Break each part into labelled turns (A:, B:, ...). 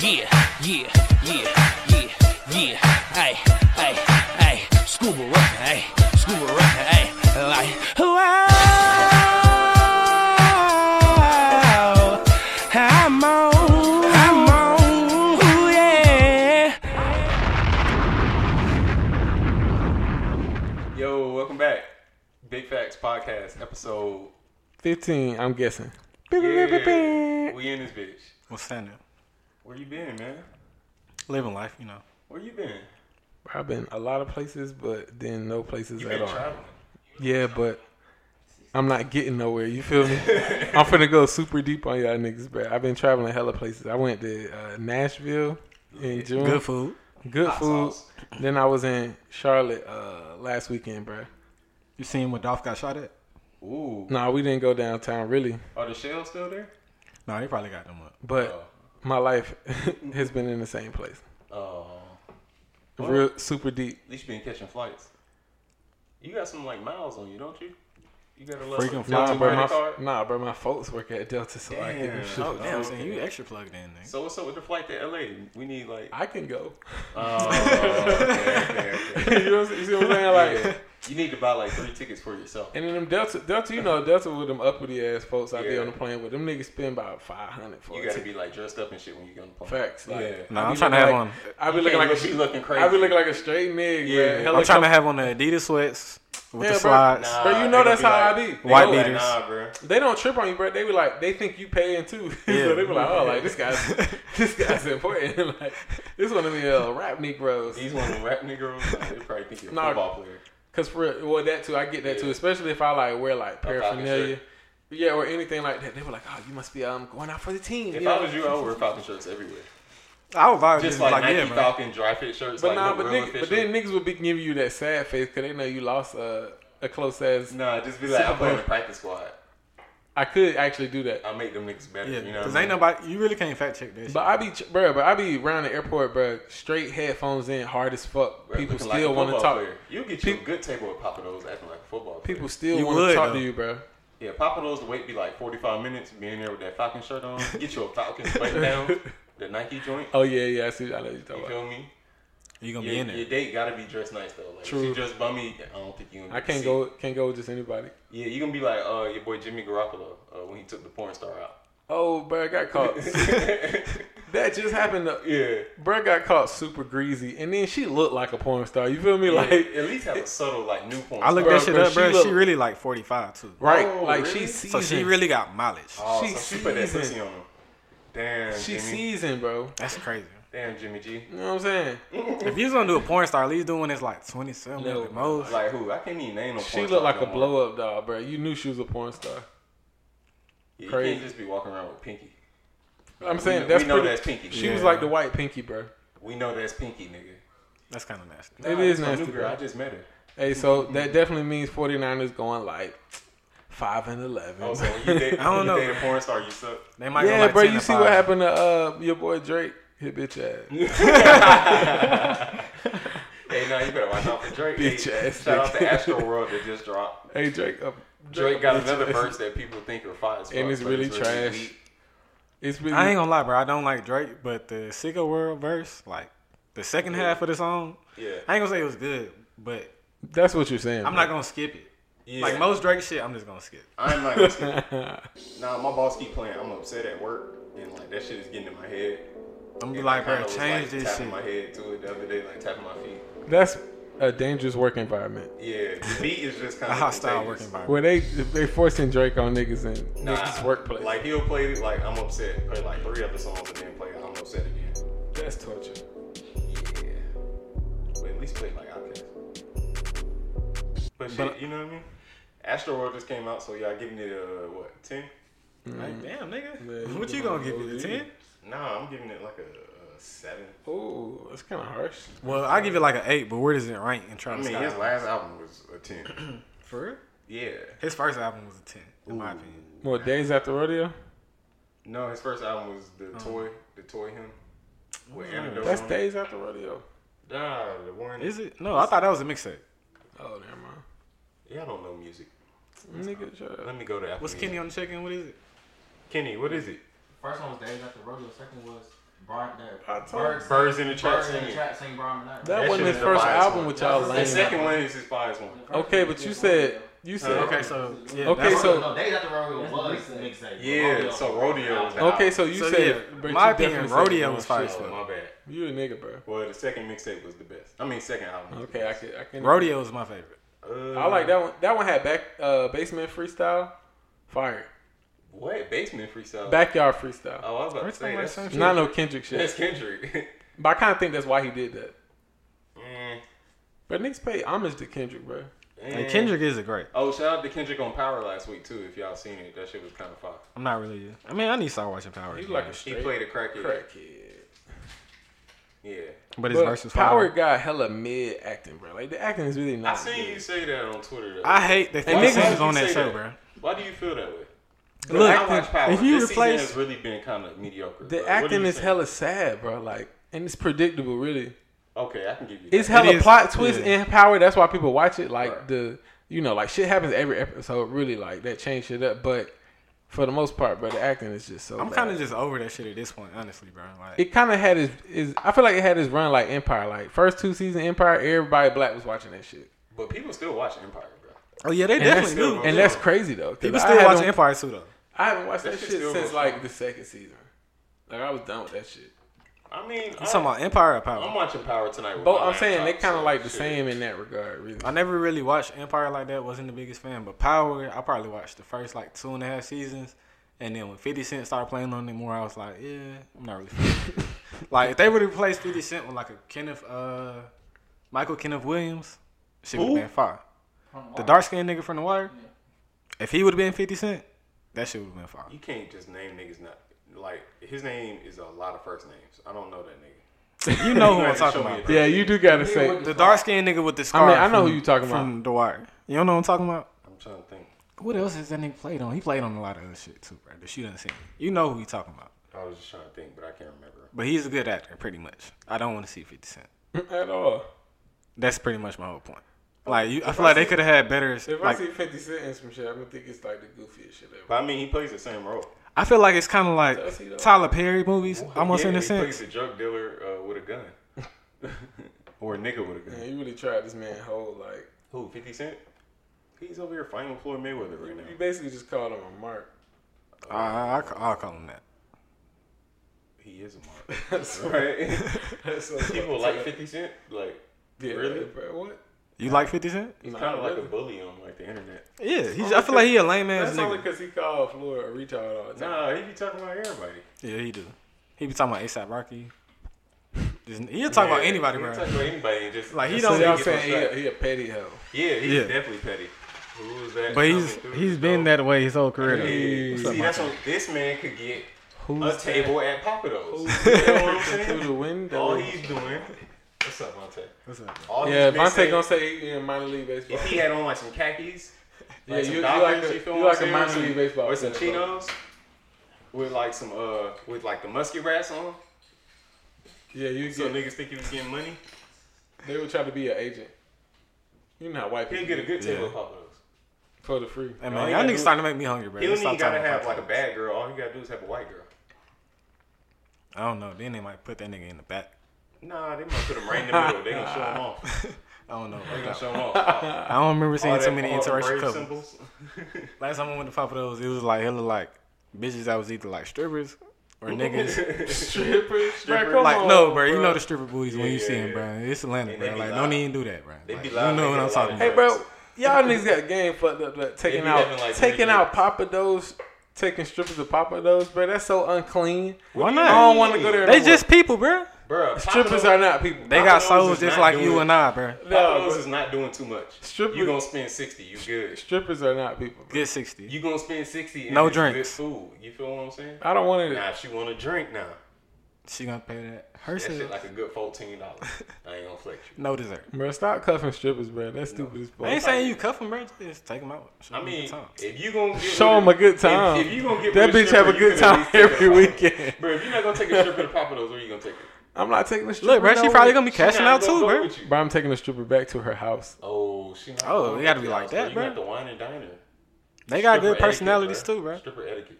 A: Yeah, yeah, yeah, yeah, yeah. Hey, hey, hey. Scuba rock, hey. Scuba rock, hey. Like, wow. I'm on, I'm on, yeah.
B: Yo, welcome back. Big Facts Podcast, episode.
C: 15, I'm guessing.
B: Yeah, we in this bitch.
D: What's happening?
B: Where you been, man?
D: Living life, you know.
B: Where you been?
C: I've been a lot of places, but then no places
B: You
C: at
B: been
C: all.
B: traveling.
C: Yeah, but I'm not getting nowhere. You feel me? I'm finna go super deep on y'all niggas, bro. I've been traveling hella places. I went to uh, Nashville in June.
D: Good food.
C: Good
B: Hot
C: food.
B: sauce.
C: Then I was in Charlotte uh, last weekend, bro.
D: You seen where Dolph got shot at?
B: Ooh.
C: Nah, we didn't go downtown really,
B: Are the shells still there?
D: No, they probably got them up.
C: but my life has been in the same place.
B: Oh. Well,
C: Real super deep.
B: At least you been catching flights. You got some like miles on you, don't you? You got a little
D: Freaking
B: little
C: Nah, bro,
B: credit
C: my,
B: card?
C: nah, bro, my folks work at Delta, so I get
B: Damn.
C: them shit.
B: Oh, damn,
D: I'm
B: okay.
D: saying you extra plugged in, nigga.
B: So what's up with the flight to LA? We need like.
C: I can go.
B: Oh, okay, okay, okay.
C: you, know what I'm, you see what I'm saying? Like,
B: Yeah. You need to buy like three tickets for yourself.
C: and then them Delta, Delta, you know, Delta with them uppity ass folks out
B: Yeah.
C: there on the plane with them niggas spend about five hundred for
B: You
C: a
B: gotta
C: ticket.
B: be like dressed up and shit when you get on the plane.
C: Facts. Like,
B: Yeah.
D: Nah,
C: I
D: I'm
C: be
D: trying to
C: looking
D: have
C: like-
D: on-
C: I be
B: You
C: looking
B: can't
C: like a.
B: be looking crazy.
C: I be looking like a straight nigga.
B: Yeah.
C: Yeah,
D: I'm trying to have on the Adidas sweats with
C: Yeah,
D: the
C: bro.
D: slides.
B: Nah,
C: Bro, you
B: they
C: know
B: gonna
C: that's
B: be
C: how
B: like-
C: I be.
B: they
D: White
B: gonna be like,
D: beaters.
B: Nah, bro.
C: They don't trip on you, bro. They be like, they think you paying too.
D: Yeah.
C: so they be like, oh, like this guy's this guy's important. like this one of me uh, rap Negroes.
B: These one of them rap niggas, like, they probably think you're a
C: Nah.
B: football player.
C: Cause for real- well that too, I get that too.
B: Yeah.
C: Especially if I like wear like
B: pocket
C: paraphernalia,
B: shirt.
C: yeah, or anything like that. They were like, "Oh, you must be um going out for the team."
B: If
C: you
B: I
C: know?
B: was you, I would wear Falcon shirts everywhere.
D: I would vibe
B: Just
D: just
B: like,
D: like,
B: Nike
D: yeah, man.
B: Falcon dry fit shirts.
C: but
B: like,
C: nah,
B: look
C: but,
B: real
C: nigg- but
B: official.
C: then niggas would be giving you that sad face because they know you lost uh, a close ass.
B: Nah, just be like, I play on the practice squad.
C: I could actually do that,
B: I make them niggas better.
D: Yeah,
B: you know,
D: because
B: what I
D: ain't
B: mean?
D: nobody. You really can't fact check that. Shit.
C: but I be ch- bro, but I be around the airport, bro. Straight headphones in, hard as fuck.
B: Bro,
C: people
B: looking
C: still
B: like a
C: want to
B: football
C: talk.
B: player. You get you a
C: Peop-
B: good table at Papa Do's acting like a football player.
C: People still
D: You
C: want to
D: would,
C: talk
D: though.
C: to you, bro.
B: Yeah, Papa Do's the wait be like 45 minutes. Being there with that Falcon shirt on, get you a Falcon button-down, the Nike joint.
C: Oh yeah, yeah, I see. I know what you're
B: You
C: talking about.
B: feel me?
D: you gonna
B: Your,
D: be in there.
B: your date gotta be dressed nice though. Like, If
C: True.
B: she dressed bummy, I don't think you. Gonna
C: I
B: get
C: can't
B: to
C: go,
B: see.
C: can't go with just anybody.
B: Yeah, you gonna be like uh, your boy Jimmy Garoppolo uh, when he took the porn star out.
C: Oh, bro, I got caught. that just happened. To,
B: Yeah.
C: Bruh got caught super greasy, and then she looked like a porn star. You feel me? Like,
B: Like at least have a subtle like new porn.
D: I looked
B: star.
C: Bro,
D: that shit
C: bro,
D: up,
C: she
D: bro. She,
C: look-
D: really like 45 too.
C: right?
B: Oh,
C: like
B: really?
C: she
D: So
C: seasoned.
D: she really got mileage.
B: Oh,
C: She
B: so she put that
C: seasoned.
B: sissy on him. Damn,
C: she
B: Jimmy.
C: seasoned, bro.
D: That's crazy.
B: Damn, Jimmy G.
C: You know what I'm saying?
D: If you was gonna do a porn star, at least do one that's like 27 at the most.
B: Like who? I can't even name no.
C: She
B: porn
C: looked
B: stars
C: like
B: no
C: a
B: more.
C: blow up doll, bro. You knew she was a porn star.
B: Yeah, you
C: Crazy.
B: can't just be walking around with Pinky.
C: I'm
B: We
C: saying
B: know-
C: that's
B: we know
C: pretty.
B: that's Pinky.
C: She
D: Yeah.
C: was like the white pinky, bro.
B: We know that's Pinky, nigga.
D: That's kind of nasty.
C: It
B: Nah,
C: is
B: it's my
C: nasty,
B: New girl.
C: bro.
B: I just met her.
C: Hey, so that definitely means 49ers going like five and eleven.
B: Oh, so when you date,
D: I don't
B: when you
D: know,
B: date a porn star, you suck.
D: They might go
C: yeah,
D: like
C: bro.
D: 10
C: You
D: to
C: see what
D: 5.
C: happened to uh, your boy Drake? Hit bitch ass.
B: Hey, now you better watch out for Drake.
C: Bitch
B: Hey,
C: ass
B: Shout out to
C: nigga.
B: Astro World that just dropped.
C: hey Drake, uh,
B: Drake got another verse that people think are fire, as fuck,
C: And it's
B: but
C: really trash.
B: weak.
C: it's really
D: I ain't gonna lie, bro. I don't like Drake, but the Sicko World verse, like the second half of the song,
B: Yeah.
D: I ain't gonna say it was good, but
C: that's what you're saying.
D: I'm
C: bro.
D: not gonna skip it.
B: Yeah.
D: Like most Drake shit, I'm just gonna skip.
B: I'm not gonna skip. Nah, my boss keep playing. I'm upset at work, and like that shit is getting in my head.
D: I'm gonna be
B: And I
D: like, bro,
B: kinda was,
D: change
B: like,
D: this
B: tapping
D: shit.
B: my head to it the other day, like tapping my feet.
C: That's a dangerous work environment
B: Yeah, the beat is just kind
D: A
B: of
D: hostile work environment.
C: where they they forcing Drake on niggas in niggas workplace.
B: Like he'll play like I'm upset, play like three other songs, and then play I'm upset again.
C: that's torture.
B: Yeah, but at least play like Outkast. But shit,
D: But-
B: you know what I mean. Astro World just came out, so y'all giving it a what ten? Mm-hmm.
D: Like, damn, nigga,
C: Yeah, you
D: what you
C: give
D: gonna
C: him
D: give it
C: OD.
D: a ten?
B: Nah, I'm giving it like a, a seven.
C: Oh, that's kind of harsh.
D: Well, I give it like an eight, but where does it rank in
B: I
D: Travis
B: mean,
D: Scott?
B: his last album was a ten.
D: For real?
B: yeah.
D: His first album was a ten, in my
B: Ooh.
D: opinion.
C: More days after rodeo.
B: No, his first album was the toy, the toy him. With antidote
C: That's
B: on it.
C: days after rodeo.
B: Nah, the one.
D: Is it? No, I thought that was a mixtape.
C: Oh, never
B: Y'all don't know music.
C: mind. Nigga, shut up.
B: Let me go to. Apple
D: What's
B: Music.
D: Kenny on the check-in? What is it?
B: Kenny, what is it?
E: First one was Days After Rodeo. Second was Brian, the,
C: I told
E: Birds,
B: Birds in the Trap
E: Birds in the
B: singing.
E: Trap sing Brian
C: That
E: Bernard.
B: That
C: wasn't
B: shit
C: his
B: is the
C: first
B: finest
C: album
B: one.
C: with y'all
E: The
B: The
C: lame.
B: second one is his finest one.
C: Okay, but you said you
B: Uh,
C: said
D: Okay, so yeah,
C: Okay,
D: that's-
C: so-
E: no, Days After Rodeo
F: That's
E: was
F: the mixtape.
E: mixtape.
B: Yeah, so Rodeo was out.
C: okay, so you
D: So,
C: said
D: yeah,
C: but
D: my
C: you
D: opinion,
C: definitely said
D: Rodeo
C: wrong
D: was first.
C: shit.
B: Oh, my bad.
C: You a nigga, bro.
B: Well, the second mixtape was the best. I mean, second album. was the
C: Okay, I
B: best.
C: can I can
D: rodeo is my favorite.
B: Uh,
C: I like that one. That one had back uh basement freestyle, fire,
B: What basement freestyle?
C: backyard freestyle.
B: Oh, I was about to
D: Freestyle
B: say
D: like
B: that's,
D: same shit.
C: Not no Kendrick
B: that's
C: shit.
B: Kendrick.
C: But I kind of think that's why he did that.
B: Mm,
C: But niggas pay homage to Kendrick, bro.
D: And
B: mm.
D: Kendrick is a great.
B: Oh, shout out to Kendrick on Power last week too. If y'all seen it, that shit was kind of fire.
D: I'm not really. I mean, I need to start watching Power.
C: He's
D: to be
C: like a
D: honest.
B: He
C: straight
B: played a crackhead.
C: crackhead.
B: Yeah,
D: but his
C: But
D: verse is
C: Power
D: fire.
C: got hella mid acting, bro. Like the acting is really
B: I
C: not.
B: seen you
C: good.
B: say that on Twitter. Though.
D: I hate that
C: And
D: niggas
C: niggas-
D: is on
B: you
D: that
B: say
D: show,
B: that.
D: bro.
B: Why do you feel that way?
C: The
D: Look,
B: I watch Power.
C: if you
B: this
C: replace-
B: season has really been kind of mediocre.
C: The
B: bro. What do
C: acting
B: you
C: is
B: think?
C: hella sad, bro. Like, and it's predictable, really.
B: Okay, I can give you.
C: It's
B: that.
C: hella
D: is,
C: plot twists
D: yeah.
C: in Power. That's why people watch it. Like
B: Right.
C: the, you know, like shit happens every episode. Really, like that changed shit up. But for the most part, bro, the acting is just so.
D: I'm
C: bad.
D: kind of just over that shit at this point, honestly, bro. Like,
C: It kind of had his is. I feel like it had his run like Empire. Like first two season Empire, everybody black was watching that shit,
B: But people still watch Empire, bro.
D: oh yeah, they
C: and that's,
D: definitely do.
C: and that's crazy though. 'cause
D: People
C: I
D: still
C: had
D: watching
C: on-
D: Empire too, though.
C: I haven't watched
B: That
C: that,
B: shit
C: shit
B: still
C: since
B: goes
C: like
B: on.
C: the second season. Like I was done with that shit.
B: I mean,
D: I'm talking about Empire or
B: I'm
D: Power.
B: watching Power tonight. With
C: But
B: my
C: I'm saying they
B: laptop,
C: kind of
B: so
C: like the
B: shit.
C: same in that regard, really.
D: I never really watched Empire like that. Wasn't the biggest fan, but Power, I probably watched the first like two and a half seasons, and then when Fifty Cent started playing on it more, I was like, yeah, I'm not really. feeling it. like if they would have replaced Fifty Cent with like a Kenneth, uh, Michael Kenneth Williams, shit would have
B: Who?
D: been fire.
F: From
D: The
F: Wild.
D: dark skinned nigga from The Wire,
F: Yeah.
D: if he would have been Fifty Cent, that shit would have been fire.
B: You can't just name niggas not like his name is a lot of first names. I don't know that nigga.
D: You know who
B: You
D: I'm
B: gotta
D: talking
B: show me
D: about.
B: a
C: Yeah, you do gotta
F: Yeah,
C: say
F: what
D: The dark skinned nigga with the scar.
C: I know
D: from-
C: who you talking about.
D: From The Wire. You don't know what I'm talking about?
B: I'm trying to think.
D: What else has that nigga played on? He played on a lot of other shit too, bro. That you done seen. You know who you talking about.
B: I was just trying to think, but I can't remember.
D: But he's a good actor, pretty much. I don't want to see 50 Cent.
C: at all.
D: That's pretty much my whole point. Like, you, I feel like they could have had better.
C: If
D: like,
C: I see 50 Cent in some shit, I'm gonna think it's like the goofiest shit ever.
B: But I mean, he plays the same role.
D: I feel like it's kind of
C: I see
D: like
C: that.
D: Tyler Perry movies, almost
B: yeah,
D: in a
B: he
D: sense.
B: plays a drug dealer uh, with a gun, or a nigga with a gun.
C: Man, you really tried this man whole like
B: Who? Fifty Cent. He's over here fighting with Floyd Mayweather right
C: you,
B: now.
C: you basically just called him a mark.
D: I, I, I ca- I'll call him that.
B: He is a mark, right?
C: That's
B: People like Fifty Cent, like
C: yeah,
B: really?
C: bro. What?
D: You like 50 Cent?
B: he's
C: Nah,
B: kind of like
C: really.
B: a bully on like the internet.
D: Yeah. He's,
C: only
D: I feel like he a lame
C: That's
D: ass
C: only
D: nigga.
C: because he called Floyd a retard all the time.
B: Nah, he be talking about everybody.
D: Yeah, he do. He be talking about ASAP Rocky. Just- He'll talk about
B: Yeah,
D: anybody,
B: he
D: bro.
B: Talk about anybody. and Just
D: Like, he
B: just
D: don't
C: so
B: say
C: y'all
B: get
C: saying
B: upset.
C: he a, he a petty hoe?
B: Yeah, he's
D: Yeah.
B: definitely petty. Who was that?
D: But he's
B: coming through
D: he's
B: the
D: been
B: door?
D: that way his whole career. though.
B: Yeah.
D: What's up,
B: See,
D: Mike?
B: that's what this man could get a
C: Who's
B: table at Papados.
C: Who's
B: You know what I'm
C: through the
B: saying? All
C: window?
B: he's doing. What's up, Monte?
D: What's up?
B: All
C: Yeah,
B: he's
C: Vontae
B: missing-
C: gonna say he in minor league baseball.
B: If he had on like some khakis,
C: Yeah,
B: like
C: you,
B: some
C: you like
B: Dockers,
C: a,
B: you feel what
C: you
B: I'm
C: like a
B: saying?
C: minor
B: Or
C: league
B: some-
C: baseball.
B: or some
C: player, bro.
B: chinos with like some uh with like the musky rats on,
C: Yeah, you
B: so
C: get
B: niggas think he was getting money.
C: They would try to be an agent. You know how white
B: He'll
C: people
B: get a good table
D: Yeah.
B: at Papados.
C: for the free.
D: Hey,
B: All
D: man,
B: he
D: y'all
B: gotta
D: niggas
B: do-
D: starting to make me hungry, bro.
B: He
D: Let's
B: don't even
D: stop talking
B: gotta
D: about
B: have like a
D: politics.
B: bad girl. All he gotta do is have a white girl.
D: I don't know. Then they might put that nigga in the back.
B: Nah, they might put him right in the middle. They gonna show him off.
D: I don't know.
B: They
D: bro.
B: gonna show him off.
D: I don't remember
B: All
D: seeing
B: that-
D: too many
B: all the
D: interracial
B: brave symbols.
D: couples. Last time I went to Papa Do's, it was like hella like bitches that was either like strippers or niggas.
C: Strippers,
B: Strippers.
C: come
D: Like
C: on,
D: no, bro, you
C: bro.
D: know the stripper booties when you
B: Yeah,
D: see
B: yeah,
D: them, bro. It's Atlanta,
B: And they
D: bro.
B: be
D: Like
B: loud.
D: don't even do that, bro.
B: They
D: Like,
B: be
D: you
B: loud, they
D: know what
B: get
D: I'm
B: a
D: talking
B: lot of
D: about?
C: Hey, bro, y'all niggas got game fucked up. But taking
B: They be
C: out,
B: having, like,
C: taking
B: three
C: out Papa Do's, taking strippers to Papa Do's, bro. That's so unclean.
D: Why
C: I don't
D: not?
C: want to go there. no
D: They
C: more.
D: just people, bro.
B: Bro,
C: strippers are not people.
D: They
C: bro.
D: got
B: Do's
D: souls
B: is
D: just
B: not
D: like
B: doing
D: you
B: it.
D: and I, bro.
C: No,
B: Papados
C: bro.
B: is not doing too much.
C: Stripper-
B: You gonna spend sixty. You good.
C: strippers are not people. bro.
D: Good sixty.
B: You gonna spend sixty. And
D: No
B: it's
D: drinks.
B: Good food. You feel what I'm saying?
C: I don't want
B: Nah,
C: to.
B: if she want a drink now.
D: She gonna pay that
B: That shit
D: herself.
B: like a good fourteen dollars. I ain't gonna flex you.
D: No dessert.
C: Bro, stop cuffing strippers, bro. That's stupid as
D: I ain't
C: fuck.
D: saying you cuff them, bro. Just take them out. Show
B: I
D: 'em a good
B: mean,
D: time.
B: if you gonna get
C: Show
B: with
C: them a good time.
B: If, if you gonna get
C: That
B: with
C: bitch have
B: stripper,
C: a good
B: you can at
C: time
B: least take her
C: every
B: out.
C: weekend.
B: Bro, if you're not gonna take a stripper to Papa Do's, where you gonna take her?
C: I'm not taking the stripper.
D: look, bro, she
C: nowhere.
D: probably gonna be
B: She
D: cashing
B: not
D: out
B: gonna
D: too,
B: go
D: bro.
B: with you.
C: Bro, I'm taking the stripper back to her house.
B: Oh, she not.
D: Oh,
B: going
D: it gotta
B: to
D: be
B: the
D: like
B: house,
D: that,
B: You
D: bro.
B: got the wine and diner.
D: They got
B: Stripper
D: good
B: etiquette,
D: personalities
B: bro.
D: too, bro.
B: Stripper etiquette.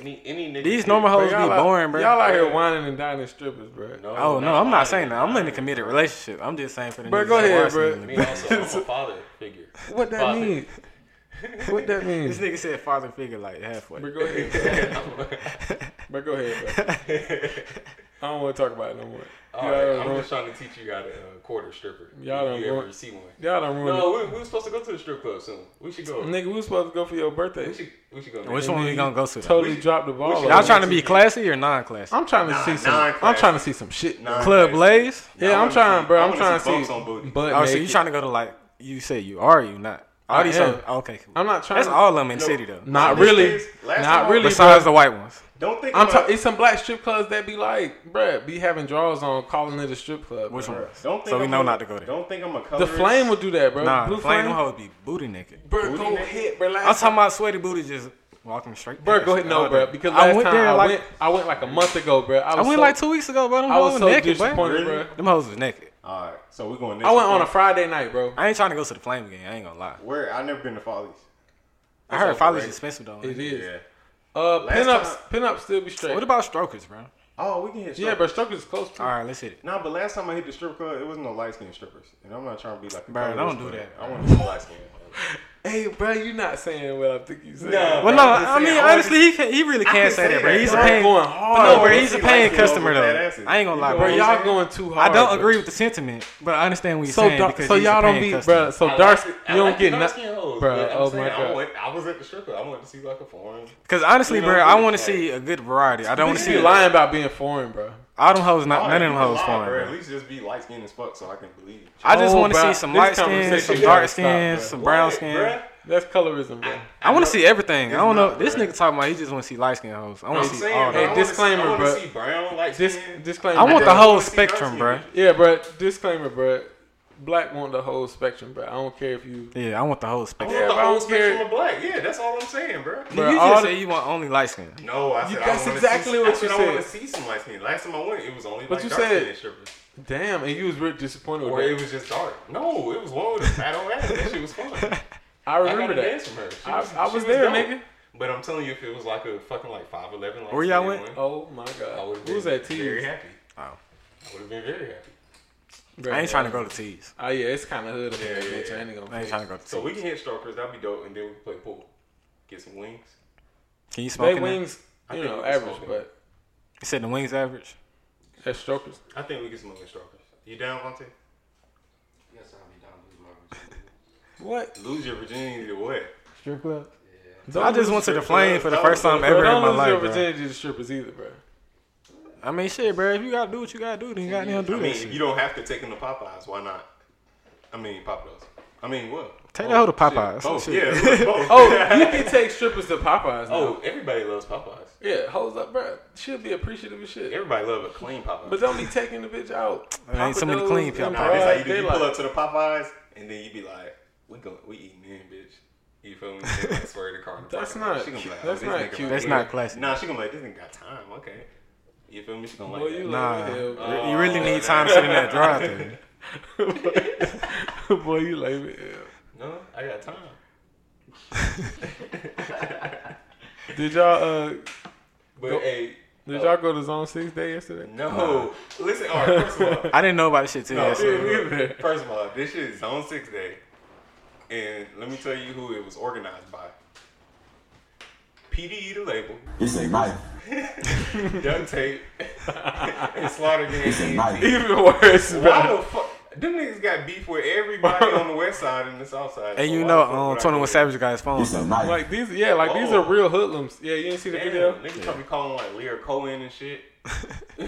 B: Any any nigga.
D: These normal hoes be
C: y'all out-
D: boring, bro.
C: Y'all out here whining and dining strippers, bro.
B: No,
D: Oh no, I'm not saying that. I'm in a committed relationship. I'm just saying for the.
C: Bro,
D: niggas
C: go
D: that
C: ahead,
D: watch
C: bro.
D: me.
B: Me also, I'm a father figure.
C: What that
B: Father.
C: mean? What that means?
D: This nigga said father figure like halfway.
C: But go ahead. Bro, go ahead, bro. I don't want to talk about it no more.
B: All
C: y'all,
B: right,
C: done
B: I'm
C: ruined,
B: just trying to teach you how to uh, quarter stripper.
C: Y'all
B: if
C: done
B: you ever
C: ruined-
B: see one.
C: y'all done ruined
B: No, we, we were supposed to go to the strip club soon. We should go.
C: it. Nigga, we was supposed to go for your birthday.
B: We should, we should go.
D: Which
B: next.
D: one we gonna go to?
C: Totally
B: We-
C: dropped the ball.
B: should-
C: on
D: Y'all
C: it.
D: trying to be classy or non-classy?
C: I'm trying to see some. I'm
B: non-classic.
C: trying to see some shit.
B: Nah,
D: Club
B: man.
D: Blaze.
C: Yeah,
B: I
C: I'm
B: wanna
C: trying,
B: see-
C: bro.
B: I
C: I'm
B: wanna
C: trying
B: see
C: to
B: bumps
C: see.
B: on booty.
C: butt
D: Oh, so
C: naked.
D: you trying to go to like you say you are you not? All
C: I
D: these
C: am.
D: are okay. Cool.
C: I'm not trying.
D: That's
C: to,
D: all of them in the city though.
C: Not
B: This
C: really.
B: is- last
C: Not
B: time-
C: really.
D: Besides
C: bro.
D: the white ones.
B: Don't think
C: I'm
B: about.
C: talking. It's some black strip clubs that be like, bruh, be having draws on, calling it a strip club.
D: Which
C: bruh.
D: ones?
B: don't think
D: So we
B: I'm
D: know
B: a-
D: not to go there.
B: Don't think I'm a colorist.
C: The flame will do that, bro.
D: Nah,
C: Blue flame.
D: flame them hoes be booty naked.
C: Bro, go
B: Booty
C: ahead, bro.
D: I'm
C: Last
D: talking about sweaty booty just walking straight.
C: Bro,
D: past
C: go ahead.
D: it
C: No,
D: all
C: bro.
D: day.
C: Because
D: I
C: last
D: went
C: time
D: there
C: I
D: like
C: went, I went like a month ago, bro. I,
D: I
C: was
D: went
C: so,
D: like two weeks ago, bro. Them
C: I was
D: hoes
C: so
D: naked, bro.
C: disappointed, bro.
D: Them hoes was naked.
B: All right, so we're going. Next
C: I went on
B: weekend.
C: a Friday night, bro.
D: I ain't trying to go to the flame again. I ain't gonna lie.
B: Where I never been to Follies.
D: I heard
B: That's
D: Follies
B: overrated.
D: expensive though.
C: It is.
B: Yeah.
C: Uh,
B: Last
C: pinups,
B: time-
C: pinups still be straight.
D: What about strokers, bro?
B: Oh, we can hit.
C: yeah, bro. Strokers is close.
D: All
C: To
D: right, let's hit it.
B: No, but last time I hit the strip club, it wasn't no light skinned strippers, and I'm not trying to be like. a
D: Bro,
B: colorist,
D: don't do
B: but
D: that.
B: I want to see light skin.
C: hey, bro, you not saying what I think you saying.
B: Nah,
D: Well,
B: Bro,
D: no,
B: I'm just
D: I mean
B: saying, I
D: honestly, he can, he really
B: can
D: can't say
B: say
D: that, bro.
B: that,
D: He's a
B: bro.
C: Y'all
D: paying.
C: going
D: But no,
C: hard.
D: Oh, bro,
B: bro.
D: he's a
B: See, like,
D: paying
B: you
D: customer
B: over fat
D: though.
B: asses.
D: I ain't gonna lie,
B: You
D: bro.
C: Bro,
B: know what
D: Y'all
B: I'm
C: y'all
B: saying?
C: going too hard.
D: I don't
C: bro.
D: agree with the sentiment, but I understand what you're
C: So
D: saying
C: dar-
D: because
C: so
D: he's a
C: y'all don't
D: paying
C: be,
D: customer.
C: bro. So
B: I
C: dark,
B: like it. I
C: you don't
B: like the
C: get nothing,
B: dark-skinned hoes,
C: bro.
B: but I'm
C: Oh
B: saying,
C: my
B: I,
C: god.
B: went- I was at the strip club. I wanted to see like a foreign.
D: Because honestly,
B: You know,
D: bro,
B: it's
D: I
B: like-
D: want to see a good variety. I don't want
C: You
D: to
B: Niggas
C: should
D: see
C: be lying about being foreign, bro.
D: all them hoes. Not none of them
B: Alright,
D: hoes
B: you lying,
D: foreign,
B: Oh, bro. At
D: bro.
B: least just be light skinned as fuck so I can believe. you.
D: I just
C: Oh,
D: want to
C: bro,
D: see some
C: this
D: light skin,
C: conversation
D: some
C: gotta
D: dark
C: stop,
D: skin,
C: bro.
D: some brown
B: What,
D: skin.
B: bruh?
C: That's colorism, bro.
D: I want to see everything. I don't
B: It's
D: know.
B: not,
D: This
B: bro.
D: nigga talking about he just want to see light skin hoes. I
B: I'm
D: want to see all
B: saying, bro,
C: Hey,
B: I
D: that.
B: wanna see-
C: disclaimer,
B: I wanna
C: bruh.
B: see brown light
C: Dis-
B: skin.
C: disclaimer.
D: I want
C: bro.
D: the
B: I
D: whole
B: wanna see dark
D: spectrum, bro.
B: skin.
C: Yeah, bro. Disclaimer, bro. Black want the whole spectrum, bro. I don't care if you.
D: Yeah, I want the whole
B: I
D: spectrum.
B: want
C: Yeah,
B: the
C: bro, I
B: whole
C: don't
B: spectrum
C: care.
B: of black. Yeah, that's all I'm saying, bro.
C: Bro,
D: you
C: all
D: just
C: the-
D: say you want only light skin.
B: No, I said
C: that's
B: I wanna
C: exactly
B: see,
C: what
B: I
C: you
B: said
C: said.
B: I want to see some light skin. Last time I went, it was only
C: But
B: like
C: you
B: dark
C: said-
B: skin strippers,
C: Damn, and you was real disappointed
B: or
C: with
B: it
C: that.
B: was just dark. No, it was one with a fat old ass. That shit was fun.
C: I
B: I got
C: remember
B: a
C: that.
B: dance from her. She
C: I- I
B: she
C: was there,
B: dope.
C: nigga.
B: But I'm telling you, if it was like a fucking like five eleven, like
D: Where y'all
B: skinny
D: went?
B: one,
C: Oh my
B: I
C: god.
B: would have
C: Who
B: been
C: was that?
B: very
C: T.
B: happy.
D: Oh.
B: I would have been very happy.
D: I ain't trying to go to tees.
C: Oh yeah, it's kind of hood up here,
B: Yeah, yeah,
C: bitch. I ain't
D: I
C: gonna.
D: ain't trying to go to tees.
B: So we can hit strokers. That'd be dope. And then we can play pool, get some wings.
D: Can you
C: They
D: smoke? in there?
C: wings,
B: I
C: you
B: think
C: know,
B: it was
C: average,
B: smoking.
C: but
D: You said the wings average.
C: that's strokers.
B: I think we get some wings strokers. You down, Vontae?
E: Yes, I'll be down with my
C: What?
B: Lose your virginity to what?
C: Strip club.
D: I just went to the flame for the
B: Oh,
D: first time
B: bro,
C: Bro,
D: ever in
C: don't
D: my
C: lose your
D: life, bro.
C: virginity to strippers either, bro.
D: I mean, shit, bro. If you gotta do what you gotta do, then you gotta
B: I
D: do
B: mean,
D: that
B: if you
D: shit.
B: don't have to take them to Popeyes, why not? I mean, Popeyes. I mean, what?
D: Take
B: Oh,
D: that hoe to
B: shit.
D: Popeyes.
B: Both.
D: Shit.
B: Yeah, look, both.
C: Oh, you can take strippers to Popeyes. Now.
B: oh, everybody loves Popeyes.
C: Yeah, hoes up, bro. She'll be appreciative of shit.
B: Everybody loves a clean Popeyes.
C: But don't be taking the bitch out.
D: There ain't so many clean people.
B: Nah, that's how you do.
C: They
B: You
C: like-
B: pull up to the Popeyes, and then you be like, "We going, we eating in, bitch." You feel me? They like swear to car. in the
C: That's
B: parking lot.
C: not
B: She gonna be like,
C: cute. That's
B: oh, this
C: not
B: nigga
C: cute.
B: like-
D: That's not classy.
B: Nah, she gonna be like, "This nigga got time." Okay. You feel me? She gonna
C: Boy,
B: like that.
C: you
D: Nah,
C: lame as hell,
D: you really need time sitting at drive through.
C: bro. Boy, you lame as hell.
B: No, I got time.
C: Did y'all uh
B: But
C: Go-
B: hey,
C: did
B: oh,
C: y'all go to Zone Six Day yesterday?
B: No, listen. All right, first of all,
D: I didn't know about this shit till
B: No,
D: yesterday.
B: dude,
C: me either.
B: First of all, this shit is on six day, and let me tell you who it was organized by. PDE the label,
E: This ain't my
B: Duct Tape, and Slaughter Gang.
E: night.
C: Even worse,
B: Why
C: bro.
B: the fuck? Them niggas got beef with everybody on the west side and the south side.
D: And
B: so
D: you
B: why
D: know,
B: the fuck would
D: um,
B: Oh, I
D: Twenty One
B: do
D: Savage got his phone.
E: This ain't my
C: Like these, yeah, like these
B: Whoa.
C: are real hoodlums. Yeah, you didn't see the
B: that?
C: video.
B: Damn, niggas trying to be calling like Lear Cohen and shit.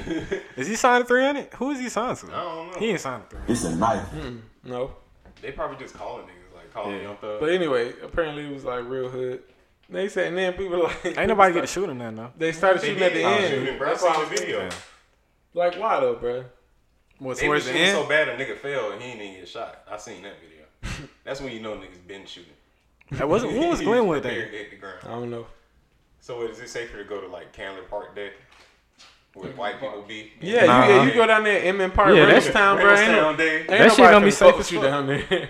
D: Is he signed to 300? Who is he signed to?
B: I don't know.
D: He ain't signed to 300.
E: This ain't my
C: No,
B: They probably just calling niggas like calling
D: Yeah.
B: Young Thug.
C: but anyway, apparently it was like real hood. They said, and then people like
D: Ain't nobody get to shoot him now, though.
C: They started
B: They
C: shooting at the
B: did Oh,
C: end.
B: shooting, bro. I
C: That's why I
B: seen
C: was
B: the video.
C: thinking. Like why though, bro?
D: What,
B: They was
D: towards the
B: shooting
D: end?
B: so bad a nigga fell and he didn't even get shot. I seen that video. That's when you know niggas been shooting.
D: That wasn't, what was Glenwood
B: He
D: Day?
B: prepared to hit the
C: I
B: ground.
C: don't know.
B: So what, is it safer to go to like Candler Park Day, where white people be?
C: Yeah,
D: Nah.
C: you, yeah, you go down there, Inman Park,
D: Yeah,
C: yeah,
D: that's-
C: Town, bro. Ain't, no-
B: Town Day.
C: ain't
D: That shit
C: nobody
D: gonna be
C: finna fuck
D: safe
C: with
D: as
C: you
D: fuck.
C: down there.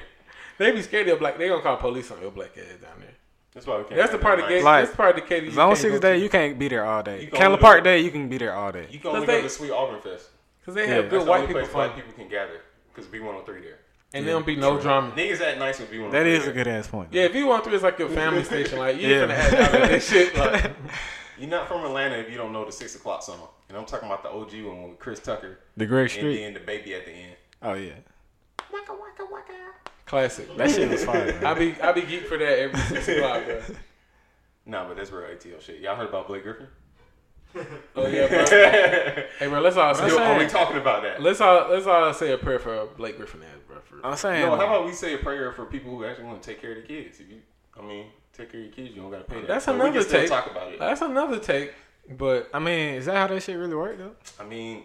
C: they be scared of black. They gonna call police on your black ass down there.
B: That's why we can't.
C: That's the part of
B: game.
C: Katy.
D: Like,
C: that's the part of Katy. you
D: Zone
C: can't
D: Six
C: go to.
D: Day, you can't be there all day.
B: You can
D: Candler
B: only
D: Park
B: go-
D: Day, you can be there all day.
B: You can only
C: Cause
B: go
C: they-
B: to Sweet Auburn Fest.
C: Cause they
D: Yeah.
C: have
B: That's
C: good
B: the
C: white
B: only
C: people
B: place
C: fun,
B: white people can gather. Cause B103 there.
C: and there don't be no drama.
B: Niggas act nice with B103.
D: That is
B: there.
D: a good ass point.
C: Yeah, if you want through, it's like your family station. Like you
D: Yeah.
C: ain't finna act out of that shit. Like,
B: You're not from Atlanta if you don't know the six o'clock song. And I'm talking about the OG one with Chris Tucker
D: The Greg
B: and
D: Street.
B: then the baby at the end.
D: Oh yeah,
B: Waka waka waka.
C: classic.
D: that shit was fire. bro.
C: I be I be geek for that every six o'clock. Bro.
B: Nah, but that's real ATL shit. Y'all heard about Blake Griffin?
C: Oh yeah, bro. Hey, bro, let's all say,
B: Yo, are we
D: saying.
B: talking about that?
C: let's all let's all say a prayer for Blake Griffin, ass, bro. For,
D: I'm saying.
B: No, how about we say a prayer for people who actually want to take care of the kids? If you, I mean, take care of your kids, you don't gotta pay that.
C: That's
B: But we
C: another
B: can still
C: take.
B: talk about it.
C: that's another take, but
D: I mean, is that how that shit really worked though?
B: I mean,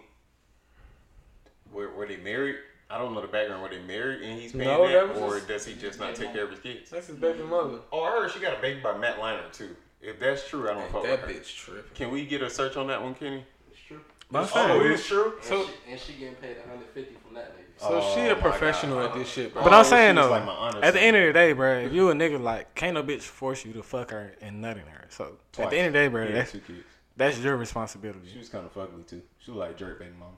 B: were, were they married? I don't know the background. Were they married and he's paying
C: No,
B: that,
C: that was
B: or
C: just-
B: does he just not take care of his kids?
C: that's his baby mother.
B: Oh, I heard she got a baby by Matt Liner too. If that's true, I don't fuck with
C: that
B: her.
C: bitch tripping.
B: Can we get a search on that one, Kenny?
E: It's true.
D: I'm
B: Oh,
D: saying.
B: it's true.
E: And,
C: So-
E: she, and she getting paid 150 from that nigga.
C: So she
B: Oh,
C: a
B: my
C: professional
B: God.
C: at this shit, bro.
D: But I'm
B: she
D: saying
B: was
D: though,
B: like my honor
D: at the end of the day, bro, if you a nigga, like, can't no bitch force you to fuck her and nutting her. So at
B: Twice.
D: the end of the day, bro,
B: Yeah,
D: that's
B: two kids.
D: that's your
B: She
D: responsibility.
B: was kind of fugly too. She was like jerk baby mama.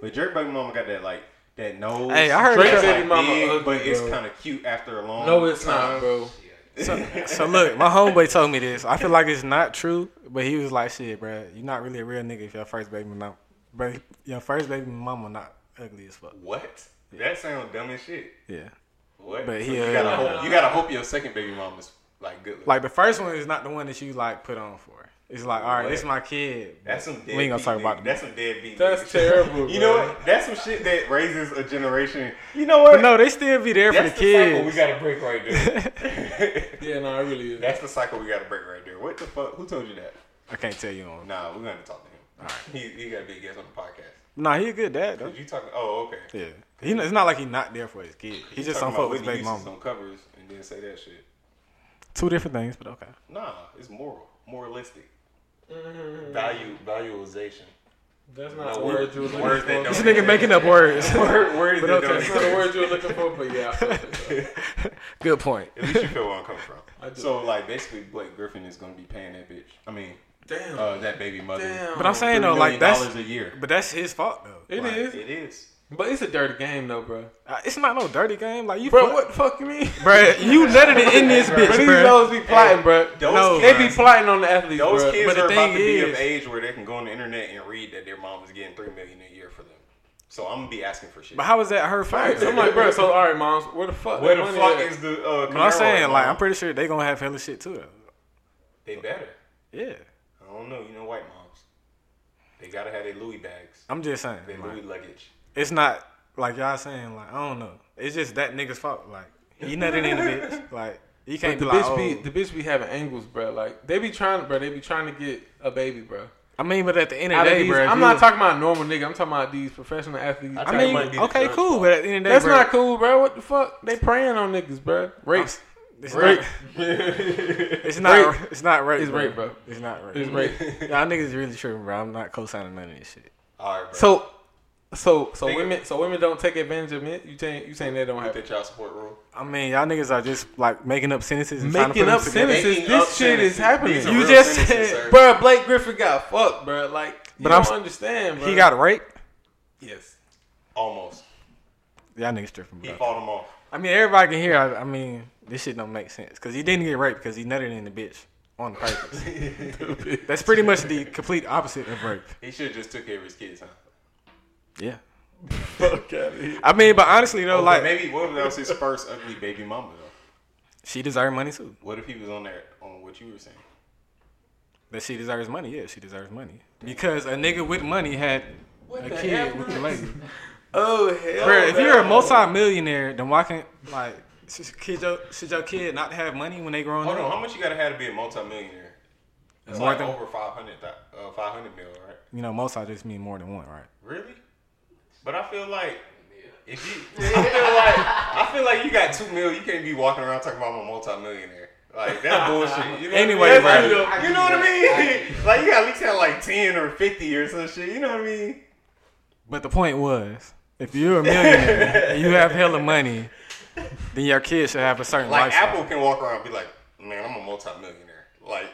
B: But jerk baby mama got that like that nose.
D: Hey, I heard
C: Drake
D: Jerk
B: It's
C: baby
B: like
C: mama
B: big,
C: ugly,
B: but it's
C: bro.
B: kind of cute after a long.
C: no, it's
B: time.
C: not, bro.
D: So, so look, my homeboy told me this. I feel like it's not true, but he was like, "Shit, bro, you're not really a real nigga if your first baby mama, bro, your first baby mama not ugly as fuck."
B: What? That sounds dumb as shit.
D: Yeah,
B: What?
D: But
B: So
D: he-
B: you gotta hope. You gotta hope your second baby mama's like good. Like
D: like the first one is not the one that you like put on for. It's like, all right, this is my kid.
B: that's some. Dead
D: We ain't gonna talk about
B: That's
D: that.
B: some deadbeat.
C: That's
B: niggas.
C: terrible,
B: you know
C: bro.
B: what? That's some shit that raises a generation. You know what?
D: But no, they still be there for the
B: that's the, cycle we
D: kids.
B: gotta break right there.
C: Yeah, no, it really is.
B: that's the cycle we gotta break right there. What the fuck? Who told you that?
D: I can't tell you on.
B: Nah, we're gonna talk to him. He, he gotta be a guest on the podcast.
D: Nah, he a good dad though.
B: Did you talking? Oh, okay.
D: Yeah, he, it's not like he not there for his kid. He
B: You
D: just
B: talking
D: don't fuck
B: about
D: with his
B: Whitney
D: baby
B: Houston's
D: mama.
B: on covers and then say that shit.
D: Two different things, but okay.
B: Nah, it's moral, moralistic,
C: Mm.
B: value, valualization.
C: Mm-hmm. That's not
B: No,
C: a word you was looking
B: words that
C: for.
D: This
B: don't-
D: nigga making up words.
B: Word, word
D: But
B: that
D: okay,
B: don't
C: That's not a
B: exist.
C: word you were looking for, but yeah, I felt it, bro.
D: Good point.
B: At least you feel where I'm coming from.
C: I do.
B: So like basically, Blake Griffin is gonna be paying that bitch. I mean,
C: Damn.
B: uh, that baby mother.
C: Damn.
D: But I'm
B: $3
D: saying though,
B: million
D: like that's
B: dollars a year.
D: but that's his fault though.
C: It
B: Like,
C: is.
B: It is.
C: But it's a dirty game, though, bro.
D: Uh, It's not no dirty game. Like you,
C: Bro, what the fuck you mean?
D: Bruh, you nutted it in this
C: But
D: bitch,
C: these
D: bro.
C: hoes be plotting, bro.
B: Those
D: No.
C: They
B: kids,
C: be plotting on the athletes,
B: those
C: bro.
B: kids
D: But the
B: are about
D: thing
B: to be of
D: is-
B: age where they can go on the internet and read that their mom is getting three million a year for them. So I'm gonna be asking for shit.
D: But how is that her fault?
C: I'm like, bro. So all right, moms, where the fuck?
B: Where the
C: that money
B: fuck
C: at?
B: is the? Uh,
D: But I'm
B: Camaro at,
D: saying like
B: mom?
D: I'm pretty sure they gonna have hella shit too. Though.
B: They better.
D: Yeah,
B: I don't know. You know, white moms. They gotta have their Louis bags,
D: I'm just saying.
B: their
D: like,
B: Louis luggage.
D: it's not like y'all saying like I don't know. It's just that nigga's fault. Like he nutted in the bitch. Like you
C: But
D: can't
C: the
D: be like.
C: bitch be
D: oh.
C: the bitch be having angles, bro. Like they be trying, bro. They be trying to get a baby, bro.
D: I mean, but at the end of
C: Out
D: the
C: of
D: day,
C: these,
D: bro, if
C: I'm
D: you-
C: not talking about normal nigga. I'm talking about these professional athletes.
B: I
D: I
B: That
D: mean,
B: might be the
D: okay,
B: judge's
D: cool,
B: fault.
D: but at the end of the day,
C: That's
D: bro,
C: not cool, bro. What the fuck? They preying on niggas, bro. Rape.
D: It's
C: Rape.
D: not. It's not.
C: Rape.
D: It's not rape.
C: It's rape, bro.
D: It's not rape.
C: It's rape.
D: Y'all niggas really tripping, bro. I'm not co-signing none of this shit.
B: All right, bro.
C: So, so, so
B: Nigga.
C: women, so women don't take advantage of men. You saying you saying they don't
B: with
C: have
B: the child support rule.
D: I mean, y'all niggas are just like making up sentences. And trying to
C: making
D: put
C: up
D: them together.
C: sentences?
B: Making
C: this
B: up
C: shit
B: sentences.
C: is happening.
B: These are
D: You
B: real
D: just
B: sentences,
D: said-
B: sir.
C: Bro, Blake Griffin got fucked, bro. Like, you
D: But
C: don't
D: I'm-
C: understand, bro.
D: He got raped.
C: yes.
B: almost.
D: Y'all niggas tripping,
B: He
D: bro.
B: fought him off.
D: I mean, everybody can hear. I, I mean, this shit don't make sense because he didn't get raped because he nutted in the bitch on purpose. That's pretty much the complete opposite of rape.
B: He should have just took care of his kids, huh?
D: Yeah.
C: Fuck out of here.
D: I mean, but honestly though,
B: Like
D: like
B: maybe what if that was his first ugly baby mama though?
D: she deserves money too.
B: What if he was on there on what you were saying?
D: That she deserves money. Yeah, she deserves money because a nigga with money had a kid with the lady.
C: Oh hell.
D: Bro, if
C: no.
D: you're a multi-millionaire, then why can't like should kid your, should your kid not have money when they growing
B: Hold on,
D: up?
B: how much you gotta have to be a multimillionaire? It's
D: More
B: like
D: than-
B: over 500, thou- uh, 500 mil, right?
D: You know, multi just mean more than one, right?
B: Really? But I feel like if you, I feel like I feel like you got two mil, you can't be walking around talking about I'm a multimillionaire. Like that's bullshit. You know
D: Anyway,
B: what I mean?
D: bro.
B: That's- you know what I mean? like you got at least have like ten or fifty or some shit. You know what I mean?
D: But the point was, if you're a millionaire and you have hella money, then your kid should have a certain
B: Like
D: lifestyle.
B: Apple can walk around and be like, man, I'm a multimillionaire. Like,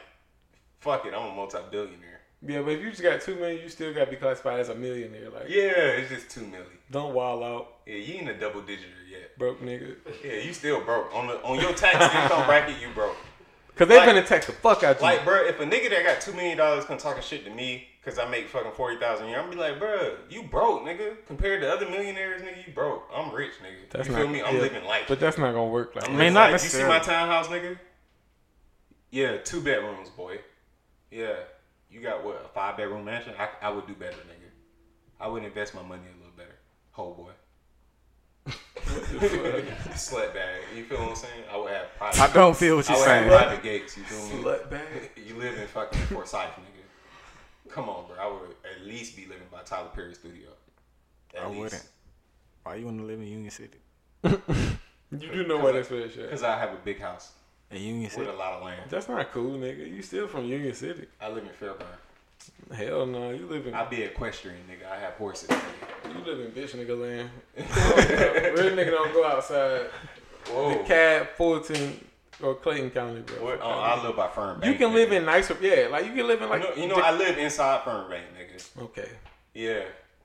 B: fuck it, I'm a multi-billionaire.
C: Yeah, but if you just got two million, you still got to be classified as a millionaire. Like,
B: Yeah, it's just two million.
C: don't wall out,
B: Yeah, you ain't a double digit yet.
C: broke nigga.
B: Yeah, you still broke on the on your tax income bracket. You broke.
C: Cause they
B: Like-
C: finna tax the fuck out you.
B: Like, bro, if a nigga that got two million dollars come talking shit to me because I make fucking forty thousand a year, I'm gonna be like, bro, you broke, nigga. Compared to other millionaires, nigga, you broke. I'm rich, nigga.
C: That's
B: you
C: not-
B: feel me? I'm
C: yeah.
B: living life.
C: but that's not gonna work. Like,
B: I
C: that.
D: mean, not
B: you see my
D: necessarily.
B: townhouse, nigga. Yeah, two bedrooms, boy. Yeah, you got what a five bedroom mansion? I, I would do better, nigga. I would invest my money a little better, whole boy. Slut bag. You feel what I'm saying? I would have private.
D: I don't feel what
B: I
D: you're
B: would
D: saying.
B: have private gates. You feel me?
C: Slut bag.
B: You live in fucking Forsyth, nigga. Come on, bro. I would at least be living by Tyler Perry Studio. At
D: I wouldn't. Why you want to live in Union City?
C: You do know where that's fair shit.
B: Because I have a big house
D: In Union
B: with
D: City.
B: a lot of land.
C: That's not cool, nigga. You still from Union City?
B: I live in Fairburn.
C: Hell no, you live in
B: I be equestrian, nigga. I have horses. Nigga.
C: you live in bitch nigga land. Real nigga don't go outside.
B: Whoa.
C: DeKalb, Fulton, or Clayton County, bro.
B: Oh. What- oh, I live by Fernbank.
C: you can
B: nigga.
C: live in nicer, yeah. Like you can live in
B: You
C: like
B: know, you know I live inside Fernbank, nigga.
C: okay.
B: Yeah.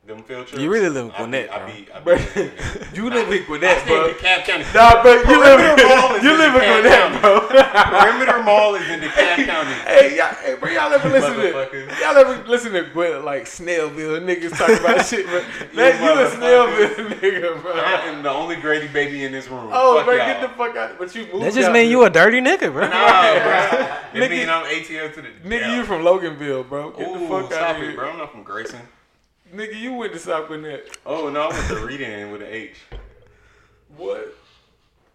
B: Them field trips.
D: You really live in
B: I be-
D: Gwinnett,
B: I
D: bro.
B: be, I be,
C: Bro,
B: I
C: you live in
B: be
C: Gwinnett,
B: bro.
C: bro.
B: DeKalb County.
C: Nah, bro, you live
B: Perimeter Mall is
C: in you
B: in DeKalb Perimeter Mall is in
C: live in Gwinnett, bro.
B: DeKalb County.
C: Hey, y'all, hey, bro, y'all ever listen to
B: Motherfuckers.
C: y'all ever listen to Gwen like Snailville niggas talk about shit, bro?
B: You
C: That you a
B: motherfuckers.
C: Snailville nigga,
B: I
C: bro.
B: am the only Grady baby in this room.
C: Oh,
B: Fuck
C: bro,
B: y'all.
C: get the fuck out! But you moved.
D: That just
C: out
D: mean
C: here.
D: you a dirty nigga, bro.
B: Nah, bro. It
C: Nigga-
B: mean I'm ATL to the
C: nigga. You from Loganville, bro? Get
B: Ooh,
C: the fuck out
B: stop
C: of
B: it,
C: here,
B: bro. I'm not from Grayson.
C: nigga. You went to South Gwinnett.
B: Oh no, I went to Redan with an H.
C: What?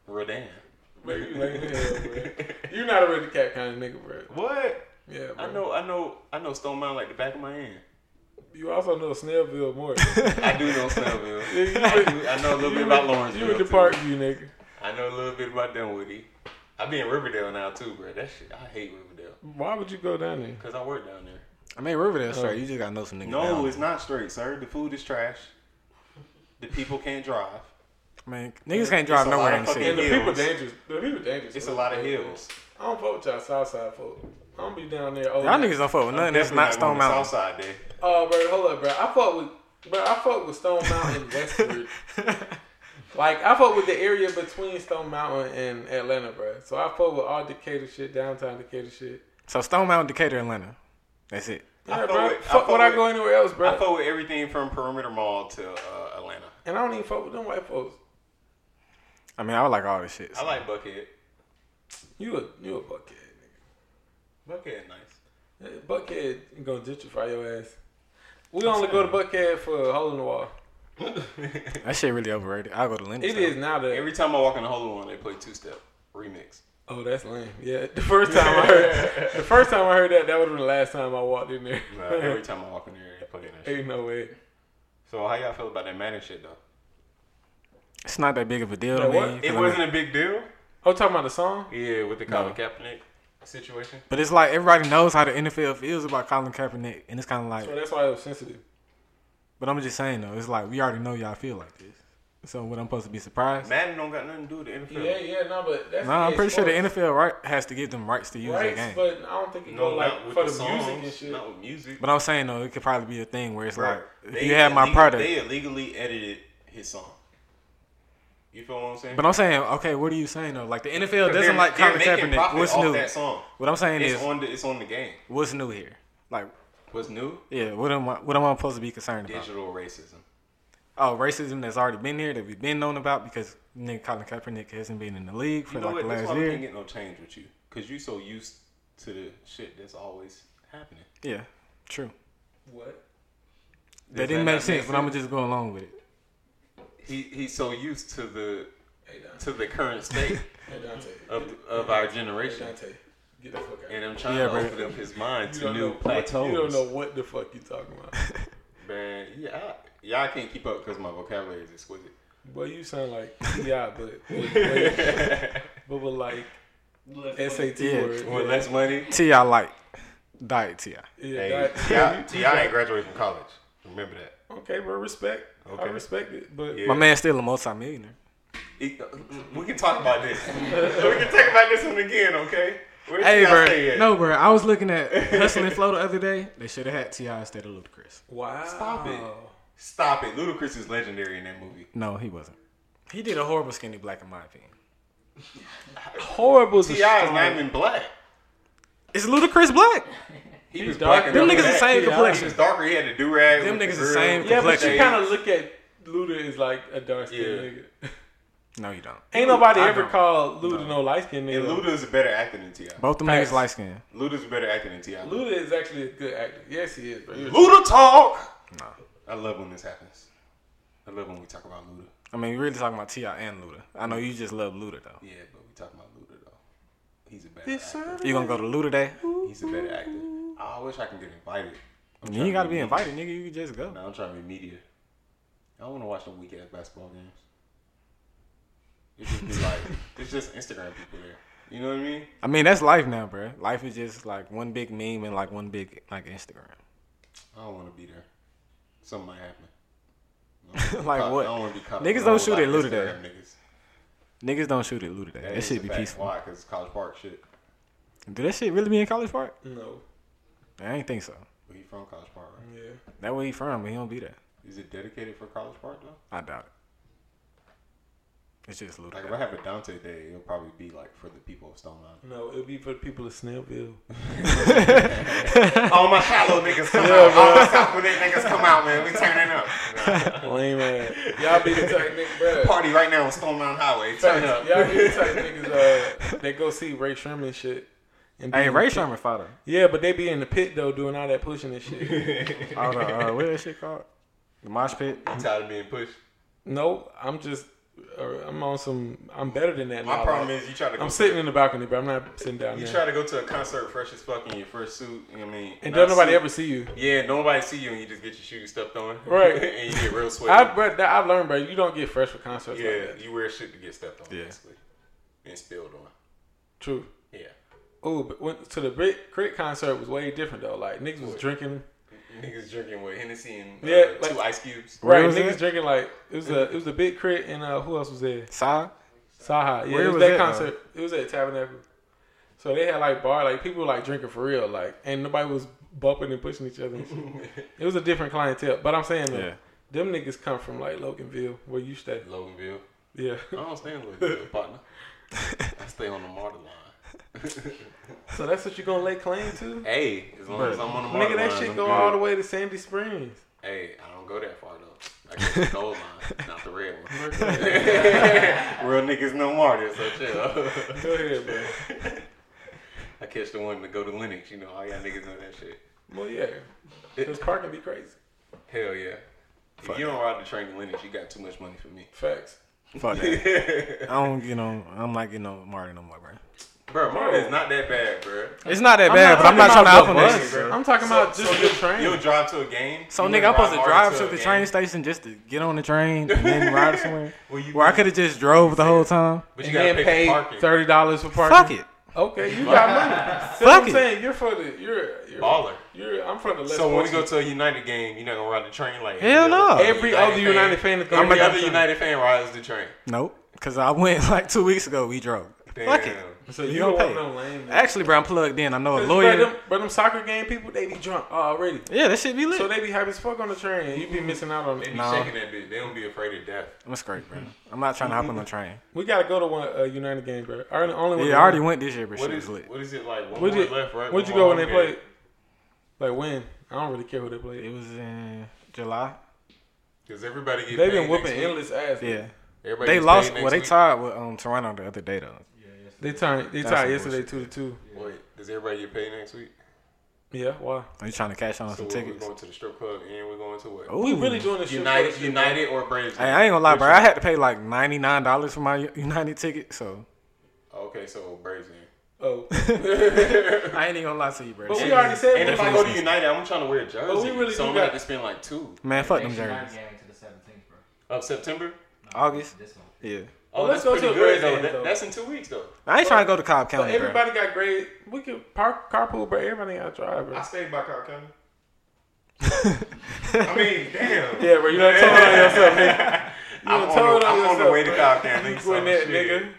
B: Redan.
C: Bro, you lame as hell, bro. You're not a really cat kind of nigga, bro.
B: What?
C: Yeah, bro.
B: I know, I know, I know Stone Mountain like the back of my hand.
C: You also know Snailville more. Nigga,
B: I do know Snellville.
C: you went-
B: I, do, I know a little
C: you
B: bit
C: went-
B: about Lawrence.
C: You in the park, you nigga.
B: I know a little bit about Dunwoody. I be in Riverdale now too, bro. That shit, I hate Riverdale
C: Why would you go down there?
B: because I work down there.
D: I mean, Riverdale straight. You just gotta know some niggas.
B: No,
D: down
B: it's not straight, sir. The food is trash. The people can't drive.
D: there. Man, niggas can't drive
B: a lot
D: nowhere
B: of
D: in the
B: fucking
D: city.
C: And the people
B: Hills.
C: dangerous. The people dangerous.
B: It's a lot of hills.
C: I don't vote y'all Southside folk. I don't be down there. Oh,
D: Y'all niggas don't fuck with nothing. That's
B: Definitely
D: not Stone
B: going to
D: Mountain.
B: Southside there.
C: Oh, bro, hold up, bro. I fuck with, bro. I fuck with Stone Mountain Westward. like I fuck with the area between Stone Mountain and Atlanta, bro. So I fuck with all Decatur shit, downtown Decatur shit.
D: So Stone Mountain, Decatur, Atlanta. That's it.
C: Yeah,
B: I fuck
C: bro.
B: with- I
C: fuck
B: fuck
C: would I
B: with-
C: go anywhere else, bro?
B: I fuck with everything from Perimeter Mall to uh, Atlanta.
C: and I don't even fuck with them white folks.
D: I mean, I would like all this shit.
B: I like Buckhead.
C: You a you a buckhead,
B: Buckhead, nice.
C: nigga. Yeah, Buckhead gonna gentrify your ass. We only go to Buckhead for a hole in the wall.
D: that shit really overrated. I'll go to Linda.
C: It is now that
B: Every time I walk in the Holy One, they play Two Step remix.
C: Oh, that's lame. Yeah, the first time I heard, the first time I heard that, that would have been the last time I walked in there.
B: Nah, Uh, every time I walk in there, they play that shit.
C: Ain't no way.
B: So how y'all feel about that Manning shit though?
D: It's not that big of a deal to
C: Like,
D: me.
C: what?
D: 'cause I
B: It
D: mean-
B: wasn't a big deal.
C: Oh, talking about the song?
B: Yeah, with the Colin Kaepernick situation.
D: But it's like everybody knows how the NFL feels about Colin Kaepernick, and it's kind of
C: So
D: like.
C: that's why it was sensitive.
D: But I'm just saying though, it's like we already know y'all feel like this. So what I'm supposed to be surprised?
B: Madden don't got nothing to do with the NFL.
C: Yeah, yeah, no, but that's
D: Nah, I'm
C: yeah,
D: pretty sure the
C: sports
D: NFL right has to give them rights to use their
C: rights,
D: game.
C: but I don't think it
B: No,
C: go
B: not
C: like
B: with
C: for
B: the
C: the,
B: songs,
C: music and shit.
B: Not with music.
D: But I'm saying though, it could probably be a thing where it's
B: Right.
D: like if
B: They
D: you have my
B: illegal-
D: product.
B: They illegally edited his song. You feel what I'm saying?
D: but I'm saying, okay, what are you saying though? Like the NFL
B: They're-
D: doesn't like
B: they're
D: Colin
B: making
D: Kaepernick.
B: profit
D: What's
B: off
D: new?
B: That song.
D: What I'm saying
B: It's
D: is,
B: on the it's on the game.
D: what's new here? Like,
B: What's new?
D: yeah, what am I? What am I supposed to be concerned about?
B: Digital racism.
D: Oh, racism that's already been here that we've been known about because nigga Colin Kaepernick hasn't been in the league for
B: You know
D: like
B: what? That's
D: the
B: why
D: last
B: we can't
D: year.
B: get no change with you, cause you so used to the shit that's always happening.
D: Yeah, true.
C: What?
D: That didn't
B: that
D: make
B: not
D: sense,
B: make
D: but I'm gonna
B: sense?
D: just go along with it.
B: He he's so used to the
C: Hey, Dante.
B: to the current state
C: Hey, Dante.
B: of of our
C: Hey,
B: generation,
C: Dante. Get the fuck out.
B: and I'm trying
D: Yeah,
B: to
D: bro.
B: open up his mind
C: you
B: to
C: don't
B: new
C: know,
B: plateaus.
C: You don't know what the fuck you talking about.
B: man. Yeah, I- y'all can't keep up because my vocabulary is exquisite.
C: Boy, you sound like yeah, but with, with, but with like SAT
D: Yeah.
C: words.
B: Want less money?
D: Ti like diet Ti.
C: Yeah,
B: Hey,
C: that-
B: T.I.
C: you-
B: T.I. ain't graduated from college. Remember that.
C: Okay, bro, respect. I
B: Okay.
C: respect it, but
B: Yeah.
D: My man's still a multi-millionaire.
B: It- uh, we can talk about this. we can talk about this one again, okay? Where
D: Hey,
B: T.I.
D: bro.
B: stay at?
D: No, bro. I was looking at Hustle and Flow the other day. They should have had Ti instead of Ludacris.
C: Wow.
B: Stop it. Stop it. Ludacris is legendary in that movie.
D: No, he wasn't. He did a horrible skinny black, in my opinion.
C: Horrible.
B: Ti is not even black.
D: It's Ludacris black.
B: He was
C: dark.
B: black. and
D: Them
B: dark
D: niggas the
B: black.
D: same
B: He
D: complexion.
B: was darker. He had a do rag.
D: Them niggas the same
C: Yeah, but you
D: Complexion.
C: kind of look at Luda as like a dark skinned
B: Yeah.
C: nigga.
D: No, you don't.
C: Ain't nobody
B: I
C: ever
B: don't.
C: called Luda no, light skinned nigga.
B: And Luda is a better actor than Ti.
D: Both them
C: Facts.
D: niggas light skinned.
B: Luda's a better actor than Ti.
C: Luda is actually a good actor. Yes, he is. Bro. He was-
B: Luda talk.
D: No.
B: I love when this happens. I love when we talk about Luda.
D: I mean, we're really talking about Ti and Luda. I know you just love Luda though.
B: Yeah, but we talking about Luda though. He's a better actor.
D: You gonna go to Luda Day?
B: He's a better actor. I wish I could get invited. I'm
D: You
B: trying
D: ain't gotta
B: to
D: be
B: media.
D: invited, nigga. You can just go.
B: Nah, I'm trying to be media. I don't want to watch them weak ass basketball games. It just be like it's just Instagram people there. You know what I mean?
D: I mean, that's life now, bro. Life is just like one big meme and like one big like Instagram.
B: I don't want to be there. Something might happen.
D: Like
B: Caught-
D: what?
B: I don't want to be caught.
D: Niggas
B: up
D: don't
B: with
D: shoot
B: all
D: at
B: that
D: Luda
B: Instagram Niggas.
D: Niggas don't shoot at Luda Day.
B: That
D: that
B: is
D: should
B: a
D: be
B: fact.
D: peaceful.
B: Why? Because College Park shit.
D: Do that shit really be in College Park?
C: No.
D: I ain't think so.
B: But he from College Park, right?
C: Yeah.
D: That where he from, but he don't be there.
B: Is it dedicated for College Park though?
D: I doubt it. It's just Luda.
B: Like
D: Day.
B: if I have a Dante day, it'll probably be like for the people of Stone Island.
C: No, it'll be for the people of Snellville.
B: All my shallow niggas come out. All my South Benet niggas come out, man. We turning up.
C: Lame ass. Y'all be the type nigga, bro.
B: Party right now on Stone Mountain Highway. Turn up.
C: Y'all be the type niggas uh, that go see Ray Sherman shit. And be
D: Hey,
C: in the
D: Ray
C: pit.
D: Sherman father.
C: Yeah, but they be in the pit though, doing all that pushing and shit.
D: All the, uh, what that shit called? The mosh pit.
B: I'm tired of being pushed.
C: no, I'm just, uh, I'm on some. I'm better than that.
B: My
C: now.
B: problem
C: Like,
B: is you try to go
C: I'm sitting in the balcony, but I'm not sitting down
B: You
C: there.
B: try to go to a concert fresh as fuck in your first suit. You know what I mean?
C: and
B: Not
C: don't nobody
B: suit.
C: ever see you.
B: Yeah, nobody see you and you just get your shooting stuff on.
C: Right.
B: and you get real sweaty.
C: I, bro, that, I've learned, bro. You don't get fresh for concerts.
B: yeah,
C: like that.
B: you wear shit to get stepped on,
D: Yeah.
B: basically. And spilled on.
C: true.
B: Yeah.
C: Oh, but went to the Brit Crit concert was way different though. Like niggas was drinking.
B: Niggas drinking with Hennessy and uh,
C: Yeah, like-
B: two ice cubes.
D: Where
C: right,
D: was
C: niggas
D: it?
C: drinking like it was a it was a big crit and uh, who else was there?
D: Saw?
C: Saha. Yeah,
D: Where
C: it was,
D: was
C: that
D: it,
C: concert. It was at Tabernacle. So they had like bar, like people were like drinking for real, like and nobody was bumping and pushing each other. and shit. it was a different clientele. But I'm saying though,
D: Yeah.
C: them niggas come from like Loganville where you stay.
B: Loganville.
C: Yeah.
B: I don't stay in Loganville, partner. I stay on the martyr line.
C: so that's what you gonna lay claim to?
B: Hey, as long as I'm on the martyr
C: Nigga,
B: line.
C: that shit
B: I'm
C: go
B: good.
C: all the way to Sandy Springs.
B: Hey, I don't go that far though. I go to the gold line, not the red one. Real niggas no martyrs, so chill.
C: Go ahead, bro.
B: I catch the one to go to Linux, you know, all y'all niggas know that shit.
C: Well, yeah, because parking be crazy.
B: Hell yeah. If you don't ride the train to Linux, you got too much money for me.
C: Faccs.
D: Fuck that. I don't, you know, I'm not getting on Martin no more, bro.
B: Bro, Marty is not that bad, bro.
D: It's not that bad, but I'm not trying to
C: talking
D: hop on
C: about
D: that
C: the
D: shit,
C: bus.
D: bro.
C: I'm talking about just the
B: you'll-
C: train.
B: You'll drive to a game.
D: So,
B: you
D: nigga,
B: wanna
D: I'm supposed to
B: Marty
D: drive to
B: a
D: the
B: game.
D: train station just to get on the train and then ride somewhere?
B: Well, you-
D: Where I could have just drove the whole time?
B: But you
C: and
B: gotta
C: then
B: pay,
C: pay
B: for parking.
C: thirty dollars for parking.
D: Fuck it.
C: Okay, you got money. That's what
D: Fuck
C: I'm
D: it.
C: saying you're for the you're you're
B: Baller.
C: You're I'm for the less.
B: So when you go
C: fortunate.
B: to a United game, you're not gonna ride the train like
D: Hell
B: every
D: no.
B: other-
C: every other United fan, is gonna
B: Every
C: be
B: other
C: outside.
B: United fan rides the train.
D: Nope. Because I went like two weeks ago, we drove. Fuck it.
B: Damn.
C: So
D: You
C: you
D: don't
C: don't want
D: pay.
C: no lame. man.
D: Actually, bro, I'm plugged in. I know a
C: But them,
D: lawyer.
C: but them soccer game people, they be drunk already.
D: Yeah, that shit be lit.
C: So they be hype as fuck on the train. You be missing out on
B: They
C: it.
B: be
D: No.
B: shaking that bitch. They don't be afraid of death.
D: I'm straight, bro. I'm not trying to hop on the train.
C: We gotta go to one uh, United game, bro. I only- only
D: Yeah, I already went this year, but
B: What
D: shit
B: is
D: was lit.
B: what is it like? One
C: Where'd
B: more
C: you,
B: left, right?
C: where'd you
B: One
C: go
B: more
C: when they
B: home game.
C: played? Like when? I don't really care who they
D: It
C: played.
D: was in July.
B: Cause everybody get
C: They've
B: paid
C: been whooping
B: next week.
C: endless ass.
D: Yeah.
B: Everybody
D: They
B: gets
D: lost.
B: paid
D: Well,
B: next
D: they
B: week.
D: tied with um, Toronto the other day, though.
C: They turned. They
D: That's
C: tied
D: some
C: yesterday
D: bullshit.
C: two to two.
B: Wait, does everybody get paid next week?
C: Yeah, why?
D: Are you trying to cash on
B: So
D: some
B: what, we're
D: tickets?
B: going to the strip club and we're going to what?
D: Ooh.
C: We really doing this shit. for the
B: United,
C: shit, bro.
B: United or Braves?
D: Hey, I ain't gonna lie,
B: Which
D: bro. I
B: one?
D: had to pay like ninety nine dollars for my U- United ticket, so
B: Okay, so Braves. Game.
C: Oh,
D: I ain't even gonna lie to you, bro.
C: But
D: Shit.
C: we already said
B: And
C: we
B: if I
C: like-
B: go to United, I'm trying to wear a jersey.
C: But we really
B: so I'm
C: do
B: gonna
C: got-
B: have to spend like two
D: Man, fuck them
F: Next United
D: jerseys.
F: game to the 17th, bro.
B: of September.
D: August,
F: This one.
D: yeah.
B: Oh,
C: let's
B: that's
C: go to
B: pretty
C: a
B: good
C: Braves
B: though.
C: game,
B: That-
C: though.
B: That's in two weeks though.
D: I ain't trying to go to Cobb
C: But
D: County, bro.
C: everybody got great. We can park carpool, but everybody got drive, bro.
B: stayed by Cobb County. I mean, damn.
C: Yeah, bro. You know, talking about yourself, man.
B: I'm,
C: done
B: on,
C: told
B: the,
C: on
B: I'm on the
C: yourself,
B: way to
C: bro.
B: Cowtown. Nigga, so
C: Gwinnett,
B: shit.
C: nigga.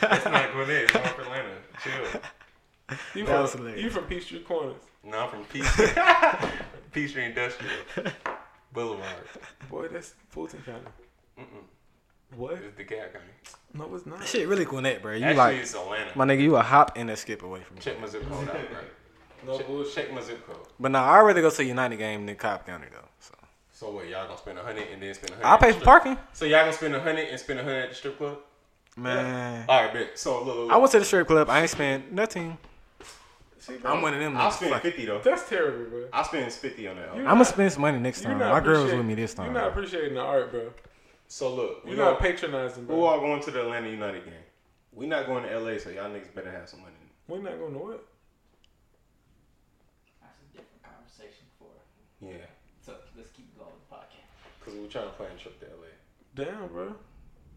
B: That's not Gwinnett. It's North Atlanta. Chill.
C: You
D: That was
C: from,
D: hilarious.
C: you from Peachtree Corners.
B: No, I'm from Peachtree. Peachtree Industrial Boulevard.
C: Boy, that's Fulton County.
B: Mm-mm.
C: What?
B: It's DeKalb County.
C: No, it's not.
D: That shit really Gwinnett, bro. You
B: Actually,
D: like
B: it's Atlanta.
D: my nigga, you a hop and a skip away from.
B: Check my zip code out, bro.
C: No
B: Check-
C: bullshit.
B: Check my zip code.
D: But now I rather go to United game than Cobb County though. So
B: So what? Y'all gonna spend a hundred and then spend a hundred?
D: I
B: at
D: pay
B: the
D: for
B: strip-
D: parking.
B: So y'all gonna spend a hundred and spend a hundred at the strip club?
D: Man,
B: All right, bet. So look, look,
D: I went to the strip club. I ain't spent nothing.
C: See, bro,
D: I'm one of them.
B: I'll
D: niggas.
B: spend
D: Fuck it.
B: fifty though.
C: That's terrible, bro.
B: I'll spend fifty on that.
C: You-
D: I'm gonna spend some money next time. My girl was
C: appreciating-
D: with me this time.
C: You're not appreciating the art, bro.
B: So look, we
C: You're
B: not
C: not
B: pay.
C: patronizing,
B: We
C: bro.
B: are going to the Atlanta United game. We not going to LA, so y'all niggas better have some money.
C: We're not going to what?
E: That's a different conversation for.
B: Yeah,
E: So let's keep going with the podcast.
B: cause we trying to plan a trip to LA.
C: Damn, bro.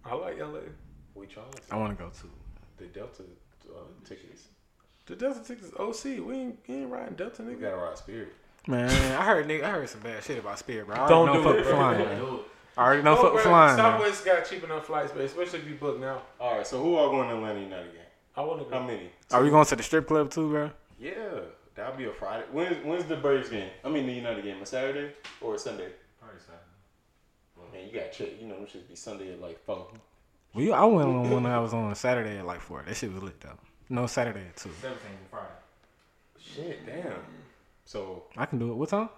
C: I like LA.
B: We trying to
D: I want to go too.
B: the Delta uh, tickets.
C: The Delta tickets OC. We ain't, we ain't riding Delta,
B: We
C: nigga.
B: gotta ride Spirit.
D: Man, I heard nigga, I heard some bad shit about Spirit, bro. I
C: Don't do
D: already know fuck
C: it,
D: with
C: bro.
D: flying.
C: Don't
D: man.
E: do it.
D: I already
C: No,
D: know fuck
C: Oh, bro,
D: with flying. man.
C: Southwest got cheap enough flights, but especially if you book now.
B: All right, so who are going to Atlanta United game?
C: I want to
B: How
C: go.
B: many?
D: Are we going to the strip club too, bro?
B: Yeah, that'll be a Friday. When's when's the Braves game? I mean the United game. A Saturday or a Sunday?
F: Probably Saturday.
B: Man, you gotta check. You know, it should be Sunday at like four.
D: We I went on one I was on Saturday at like four. That shit was lit though. No Saturday at two.
F: Seventeenth and Friday.
B: Shit, damn. So,
D: I can do it. What time?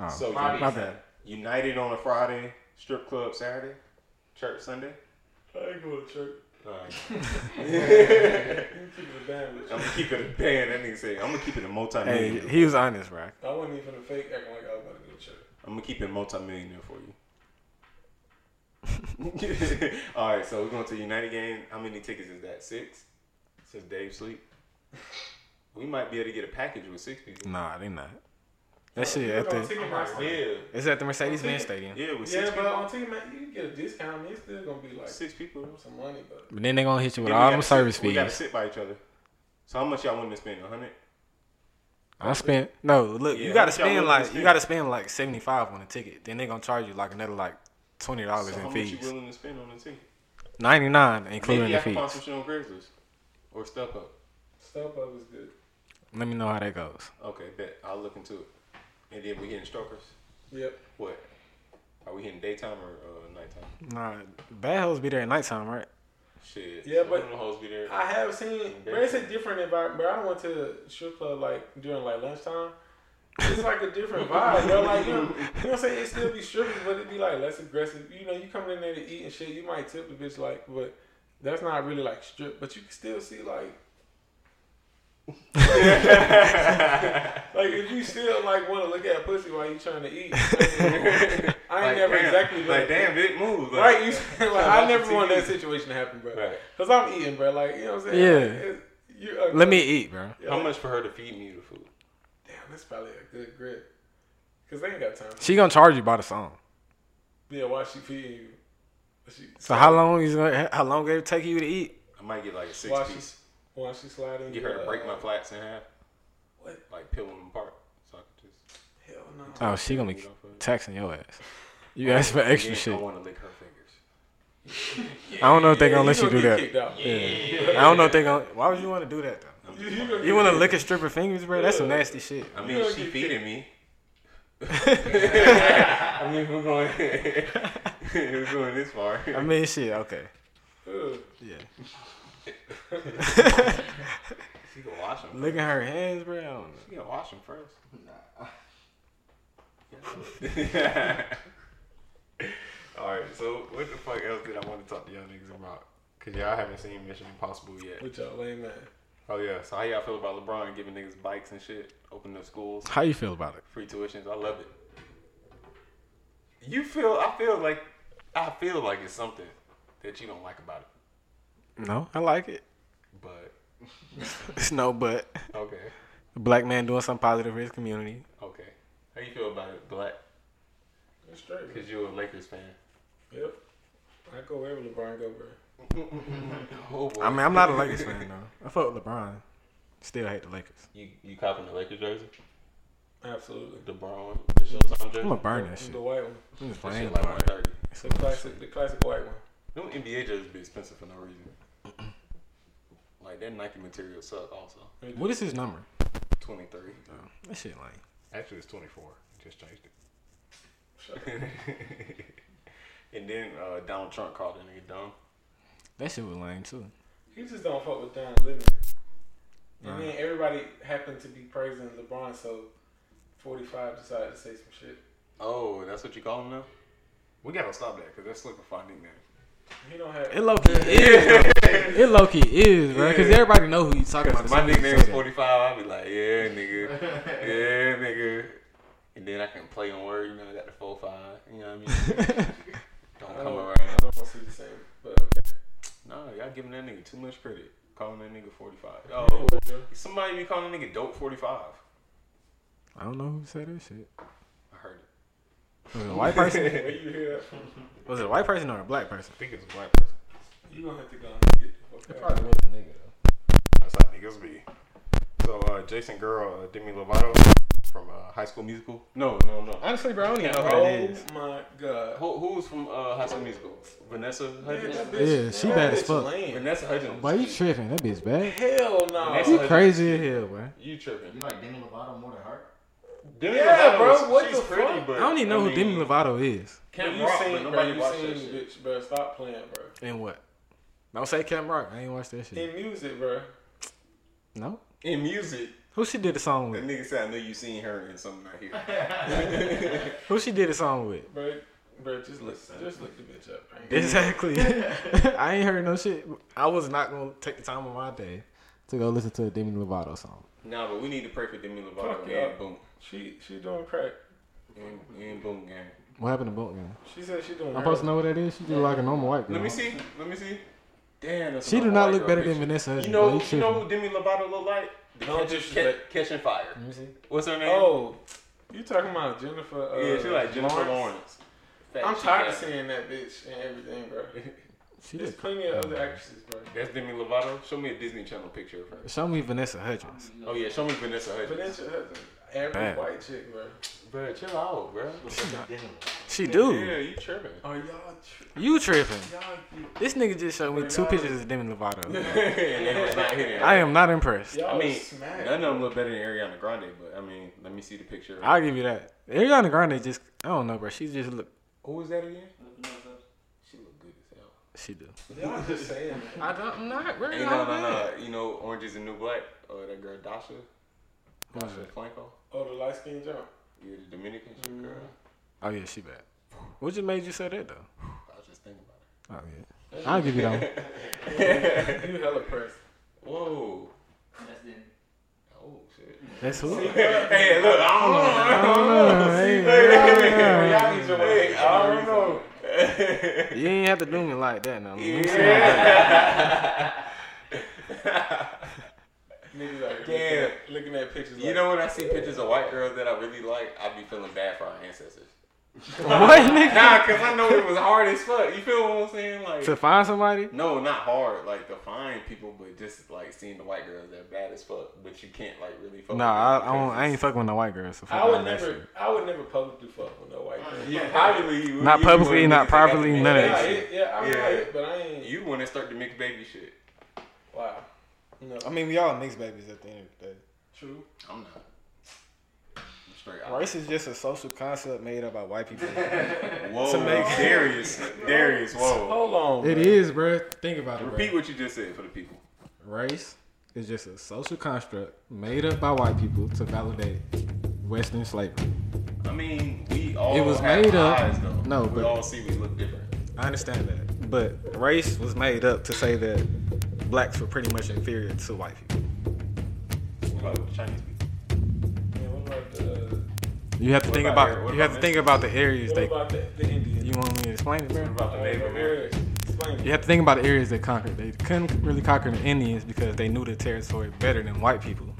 D: Oh,
B: so
F: Friday.
D: my bad.
B: United on a Friday, strip club Saturday, church Sunday.
C: I ain't going to church.
B: All right.
C: You keep it a band with
B: I'm gonna
C: you.
B: keep it a band. That nigga say I'm gonna keep it a multi-millionaire.
D: Hey, he was honest, bro.
C: I wasn't even a fake acting like I was about to go to church.
B: I'm gonna keep it multi-millionaire for you. All right, so we're going to United game. How many tickets is that? Six. Since Dave sleep, we might be able to get a package with six people.
D: Nah, they not. That shit at the
C: Ticketmaster.
B: Yeah,
D: it's at the Mercedes Benz Stadium.
B: yeah, with six
C: Yeah, but
B: people.
C: on Ticketmaster, you can get a discount. and It's still going to be like
B: Six people.
C: some money, but
D: But then they gonna hit you with
B: Then we
D: all
B: gotta
D: them service
B: sit, We gotta
D: fees.
B: sit by each other. So how much y'all want to spend? A hundred.
D: I spent no look.
B: Yeah,
D: you gotta
B: that's y'all
D: spend
B: willing to
D: like you
B: spend.
D: gotta spend like seventy five on a ticket. Then they gonna charge you like another like twenty
B: So
D: dollars
B: how
D: in
B: much you
D: fees.
B: willing to spend on the ticket?
D: Ninety nine including
B: Maybe I
D: the
B: can
D: fees.
B: find some shit on Craigslist or Step Up.
C: stuff up is good.
D: Let me know how that goes.
B: Okay, bet I'll look into it. And then we hitting strokers.
C: Yep.
B: What? Are we hitting daytime or uh, nighttime?
D: Nah, bad hoes be there at nighttime, right?
B: Shit.
C: Yeah, but-
B: Some of them hoes be there.
C: I have seen, but it's a different environment. But I went to a strip club like during like lunchtime. It's like a different vibe, bro. Like you know, you know what I'm saying? It still be strippers, but it be like less aggressive. You know, you coming in there to eat and shit. You might tip the bitch like, but that's not really like strip. But you can still see like, like if you still like want to look at pussy while you trying to eat. I ain't never
B: damn,
C: exactly been-
B: like damn it move like,
C: Right, you like I never want
B: TV.
C: that situation to happen, bro.
B: Right.
C: Cause I'm eating, bro. Like you know what I'm saying?
D: Yeah.
C: Like, it's- you
D: Let me eat, bro.
B: How much for her to feed me the food?
C: Damn, that's probably a good grip. Cause they ain't got time.
D: She gonna charge you by the song.
C: Yeah, why she feeding you? She,
D: So how long is it gonna, how long it take you to eat?
B: I might get like a six
C: Why
B: piece.
C: Why she sliding?
B: Get her to break my flats in half.
C: Uh, What?
B: Like peel them apart so I could just.
C: Hell no.
D: Oh, she gonna be
B: Get off of it.
D: taxing your ass. You ask for extra
B: Yeah, I
D: shit.
B: want to lick her fingers.
D: I don't know if they
C: Yeah,
D: gonna let you
C: gonna
D: do
C: get
D: that.
C: kicked out.
D: Yeah. I don't know if they gonna. Why would you want to do that though?
B: I'm
C: You,
B: just
C: you
B: like-
C: gonna
D: You want to
C: get-
D: lick a stripper fingers, bro? That's some nasty shit.
B: I
C: You
B: mean,
C: don't
B: she
C: get
B: feeding me. I mean, we're going. we're going this far.
D: I mean, shit. Okay.
C: Ugh.
D: Yeah.
B: she can wash them.
D: Licking her hands, bro. I don't know.
B: She can wash them first.
E: Nah.
B: All right. So what the fuck else did I want to talk to y'all niggas about? Cause y'all haven't seen Mission Impossible yet.
C: With y'all lame man.
B: Oh yeah. So how y'all feel about LeBron giving niggas bikes and shit, opening up schools,
D: How you feel about it?
B: free tuitions? I love it. You feel? I feel like. I feel like it's something that you don't like about it,
D: No, I like it.
B: but
D: It's no but.
B: okay.
D: Black man doing something positive for his community.
B: Okay. How you feel about it, Black?
C: That's straight.
B: Because you're a Lakers fan.
C: Yep. I go wherever LeBron go, bro.
B: Oh, boy.
D: I mean, I'm not a Lakers fan though. I fuck with LeBron. Still hate the Lakers.
B: You, you copping the Lakers jersey?
C: Absolutely.
B: The brown one? The Showtime jersey?
D: I'm gonna burn that shit.
C: The white one.
D: I'm just
B: That
D: playing
B: shit like
D: LeBron.
B: 130.
C: The classic, the classic white one.
B: Them NBA jerseys be expensive for no reason. like that Nike material suck. Also,
D: What is his number?
B: twenty three.
D: That shit like
F: Actually, it's 24. Just changed it.
B: and then uh, Donald Trump called that nigga dumb.
D: that shit was lame too.
C: He just don't fuck with Don Lemon. And then everybody happened to be praising LeBron, so 45 decided to say some shit.
B: Oh, that's what you call him now? We gotta stop that because that's like a fun nickname.
C: He don't have.
D: It low key is. bro. It low key is, bro. Because
B: Yeah.
D: everybody know who you talking about.
B: Because my
D: Somebody
B: nickname
D: said
B: is
D: that.
B: 45, I'd be like, yeah, nigga. Yeah, nigga. And then I can play on word, you know, I got the 4 5. You know what I mean? Don't
C: I
B: come
C: don't,
B: around.
C: I don't see the same. But okay.
B: No, Oh. y'all giving that nigga too much credit. Calling that nigga 45. Oh, somebody be calling that nigga dope 45.
D: I don't know who said that shit.
B: I heard
D: Was it a white person?
C: Where you hear that from?
D: was it a white person or a black person?
F: I think it's a black person.
C: You gonna have to go and get the fuck out.
D: Probably was a nigga though.
F: That's how niggas be. So, uh, Jason Girl, uh, Demi Lovato from uh, High School Musical. No, no, no.
D: Honestly, bro, I don't even know who that
C: Oh
D: is.
C: my
B: it.
C: god.
B: Who, who was from uh, High School Musical? Vanessa Hudgens?
C: that
D: Yeah, she
C: that
D: bad as
C: bitch
D: fuck.
C: lame.
B: Vanessa Hudgens.
D: Why you tripping? That bitch bad.
C: Hell
D: You
C: no.
B: Vanessa-
D: crazy as hell, bro.
B: you tripping.
E: You like Demi Lovato more than her?
B: Demi
C: Yeah, bro,
B: Lovato's-
C: what
B: she's
C: the fuck?
D: I
B: but,
D: don't even know
B: mean,
D: who Demi Lovato is.
C: Bro,
B: Camp
C: you
B: Rock, but
C: seen, bro,
B: nobody
C: you
B: watched that
C: seen,
B: shit.
C: bitch, bro. Stop playing, bro.
D: And what? Don't say Cam Rock. I ain't watched that
C: In
D: shit.
C: music, bro.
D: No.
B: In music,
D: Who she did the song
B: That
D: with?
B: nigga said, I know you seen her in something out here.
D: Who she did the song with?
C: Bro, bro, just look, just look the bitch up. man.
D: Exactly. I ain't heard no shit. I was not gonna take the time of my day to go listen to a Demi Lovato song.
B: nah, but we need to pray for Demi Lovato
C: Fuck
B: and
C: yeah.
B: Boom.
C: She she doing crack.
B: And, and Boom Gang.
D: What happened to Bolt Man?
C: She said she doing.
D: I'm supposed to know what that is. She do like a normal white girl.
B: Let me see. Let me see. Damn, that's
D: She do
B: another
D: not
B: white
D: look
B: girl
D: better
B: picture.
D: than Vanessa. Hudgens,
B: You
D: bro.
B: know, you
D: tripping.
B: know who Demi Lovato look like? The
C: No
B: catch,
C: disrespect.
B: Ca- Catching Fire.
D: Let me see.
B: What's her name?
C: Oh, you talking about Jennifer? Uh,
B: yeah, she like Jennifer Lawrence. Fat
C: I'm
B: chick
C: tired of
B: ass.
C: seeing that bitch and everything, bro.
D: She
C: There's
D: did.
C: plenty of other actresses, bro.
B: That's Demi Lovato. Show me a Disney Channel picture of her.
D: Show me Vanessa Hudgens.
B: Oh yeah, show me Vanessa Hudgens.
C: Vanessa Hudgens, average
D: Bad.
C: white chick, bro.
B: Bro, chill out, bro.
D: She
B: Yeah,
D: do.
B: you tripping.
C: Are y'all, tr-
D: You tripping?
C: y'all, you,
D: This nigga just showed me two pictures of Demi Lovato.
B: And they was not hitting her.
D: I am not impressed.
C: y'all
B: I mean,
C: smack.
B: none of them look better than Ariana Grande, but I mean, let me see the picture.
D: I'll give you that. Ariana Grande just I don't know, bro. She just look.
B: Who was that again?
E: Look, no, no.
B: She look good as hell.
D: She do.
C: y'all just saying that.
D: I don't. I'm not. Bro,
B: Hey, no, no, no. You know, Orange is the New Black. Uh, that girl Dasha. Dasha Flanco.
C: Oh, the light skin jump.
B: Yeah, the Dominican shit, girl.
D: Oh yeah, she bad. What just made you say that though?
B: I was just thinking about it.
D: Oh yeah. I'll give you that. one.
C: You hella pressed.
B: Whoa.
E: That's then.
B: Oh, shit.
D: That's who.
B: Hey, look, I don't know.
D: I don't know. Hey,
C: Y'all need your way. I don't know.
D: you ain't have to do me like that now.
C: Niggas out
B: Damn.
C: here looking, at, looking at pictures.
B: You know when I see pictures of white girls that I really like, I be feeling bad for our ancestors.
D: What nigga?
B: Nah, cause I know it was hard as fuck. You feel what I'm saying? Like,
D: To find somebody?
B: no, not hard. Like to find people, but just like seeing the white girls that bad as fuck, but you can't like really. fuck
D: Nah,
B: with
D: I,
B: them
D: I, don't,
B: because
D: I ain't fucking with no white girl. So fuck
C: I would
D: all that
C: never,
D: shit.
C: I would never publicly fuck with no white girl.
B: You probably you-
D: Not
B: you
D: publicly,
B: wouldn't
D: not
B: think I could
D: privately,
B: be
D: none of
B: that
C: Yeah,
D: that
B: shit.
C: I- yeah, I'm
B: Yeah.
C: right, but I ain't.
B: You want to start the mixed baby shit?
C: Wow. No,
D: mean, we all mixed babies at the end of the day.
C: true.
B: I'm not. I'm straight out.
D: Race is just a social concept made up by white people.
B: Whoa,
D: To make-
B: Darius, Darius, whoa.
C: Hold on.
D: it
C: bro.
D: is, bro. Think about it, bro.
B: Repeat what you just said for the people.
D: Race is just a social construct made up by white people to validate Western slavery.
B: I mean, we all
D: It was
B: have
D: made up.
B: eyes, though.
D: No,
B: we
D: but-
B: all see we look different.
D: I understand that, but race was made up to say that blacks were pretty much inferior to white people.
B: What about Chinese people?
C: Yeah, what about the,
D: You have to
B: What
D: think
B: about
D: about,
B: Arab- what
D: you have to
B: about
D: think about the areas
C: what
D: they.
C: about the, the Indian?
D: You want me to explain it,
B: What
D: bro?
B: about the Native Americans?
C: Explain it.
D: You have to think about the areas they conquered. They couldn't really conquer the Indians because they knew the territory better than white people.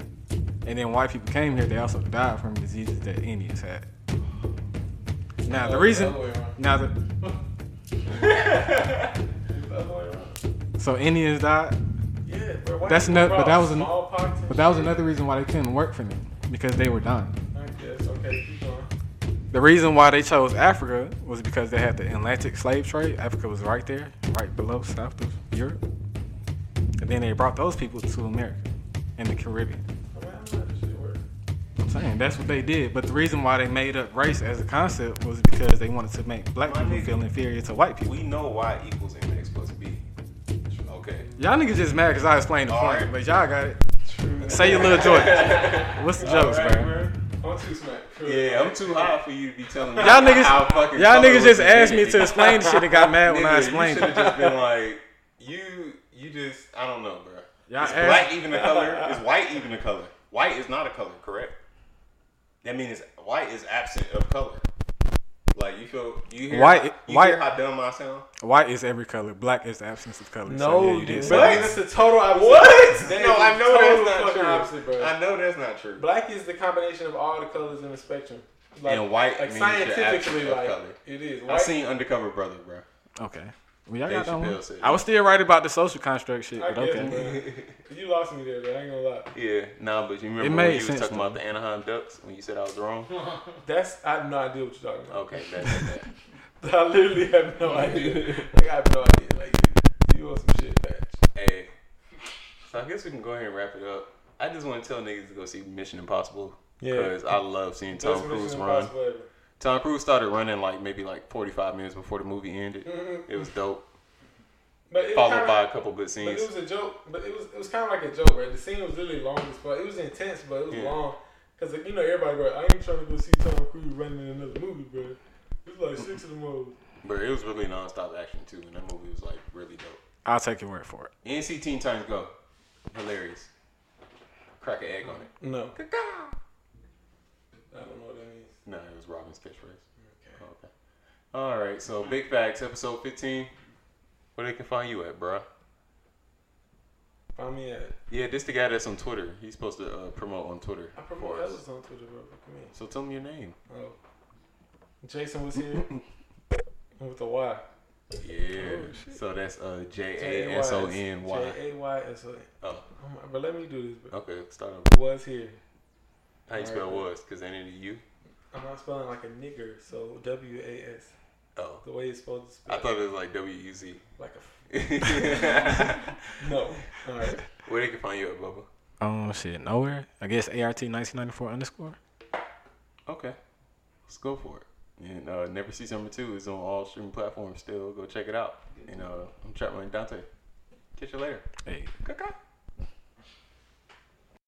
D: And then white people came here. They also died from diseases that Indians had. Now the
C: Oh,
D: reason.
C: other way around.
D: Now the
C: The other way around.
D: so Indians died,
C: Yeah, bro, white
D: That's
C: people
D: ano- but
C: brought
D: that was an-
C: smallpox and
D: but that was
C: shit.
D: another reason why they couldn't work for them because they were dying.
C: I guess. Okay, keep going.
D: The reason why they chose Africa was because they had the Atlantic slave trade. Africa was right there, right below south of Europe. And then they brought those people to America and the Caribbean. I'm saying that's what they did. But the reason why they made up race as a concept was because they wanted to make black
B: My
D: people
B: nigga.
D: feel inferior to white people.
B: We know Y equals mx plus B. Okay.
D: Y'all niggas just mad because I explained the
B: All
D: point,
B: right.
D: but y'all got it. Say your little joke. What's the jokes, bro?
C: I'm too smack.
B: Yeah, I'm too high for you to be telling me.
D: Y'all niggas,
B: how fucking
D: y'all
B: colorless
D: niggas just
B: it
D: asked me
B: is.
D: to explain the shit and got mad when I
B: Nigga,
D: explained.
B: You
D: it.
B: should have just been like, you, you just, I don't know, bro.
D: Y'all
B: is
D: ass-
B: black even a color? Is white even a color? White is not a color, correct? That means white is absent of color. Like you feel, you hear,
D: White-
B: you
D: white-
B: hear how dumb I sound?
D: White is every color. Black is the absence of color.
C: No,
D: so, yeah, you
C: dude.
D: did say
C: But
D: that.
C: I mean, that's the total opposite. That is
B: No, I
C: the
B: know that's
C: total
B: not
C: fucking
B: true.
C: opposite, bro.
B: I know that's not true.
C: Black is the combination of all the colors in the spectrum. Like,
B: And white
C: like
B: means the
C: scientifically,
B: absence of
C: like
B: color.
C: it is. White,
B: I seen Undercover Brother, bro.
D: Okay. Well,
C: E
D: y'all
B: Dave
D: got that
B: Chappelle
D: one.
B: said
D: I was still right about the social construct shit,
C: I
D: but
C: guess,
D: okay.
C: bro. You lost me there, bro. I ain't gonna lie.
B: Yeah, nah, but you remember
D: It
B: when
D: made
B: you was
D: sense,
B: talking
D: though.
B: about the Anaheim Ducks when you said I was wrong?
C: That's I have no idea what you're talking about.
B: Okay, that's that. Oh.
C: I literally have no idea. Like I have no idea. Like you, you on some shit, patch.
B: Hey, so I guess we can go ahead and wrap it up. I just want to tell niggas to go see Mission Impossible
C: Yeah.
B: because I love seeing Tom
C: Best
B: Cruise
C: Mission
B: run.
C: Impossible ever.
B: Tom Cruise started running like maybe like 45 minutes before the movie ended. It was dope,
C: But Mm-hmm. it
B: followed
C: kinda-
B: by a couple good
C: But
B: scenes.
C: it was a joke. But it was it was kind of like a joke, right? The scene was literally long as fuck. It was intense, but it was
B: Yeah.
C: long. Cause like, you know everybody, bro. I ain't trying to go see Tom Cruise running in another movie, bro. It's like six of them hoes.
B: But it was really nonstop action too, and that movie was like really dope.
D: I'll take your word for it.
B: NC Teen Titans Go, hilarious. Crack an egg on it.
C: No, I don't know what that means.
B: No, it was Robin's catchphrase. Oh, Okay. All right. So big facts, episode fifteen. Where they can find you at, bruh?
C: Find me at
B: Yeah, this the guy that's on Twitter. He's supposed to uh, promote on Twitter
C: I
B: for
C: promote
B: us.
C: others on Twitter, bro. Fuck me.
B: So tell him your name.
C: Oh, Jason was here with the Y.
B: Yeah. so that's uh J A S O N Y.
C: J A Y S O N.
B: Oh,
C: Oh my- But let me do this, bro.
B: okay. Start over.
C: Was here.
B: How you
C: All
B: spell
C: right.
B: was? Cause that ain't you.
C: I'm not spelling like a nigger, so W A S.
B: Oh,
C: The way it's supposed to
B: I
C: spell.
B: thought it was like W U Z.
C: like a. F-
B: Where
C: no. All right.
B: they can find you at, Bubba?
D: Um, shit, nowhere. I guess ART 1994 underscore.
B: Okay. Let's go for it. And uh, Never Cease Number Two is on all streaming platforms still. Go check it out. And uh, I'm Trapman Dante. Catch you later.
D: Hey.
B: Caca.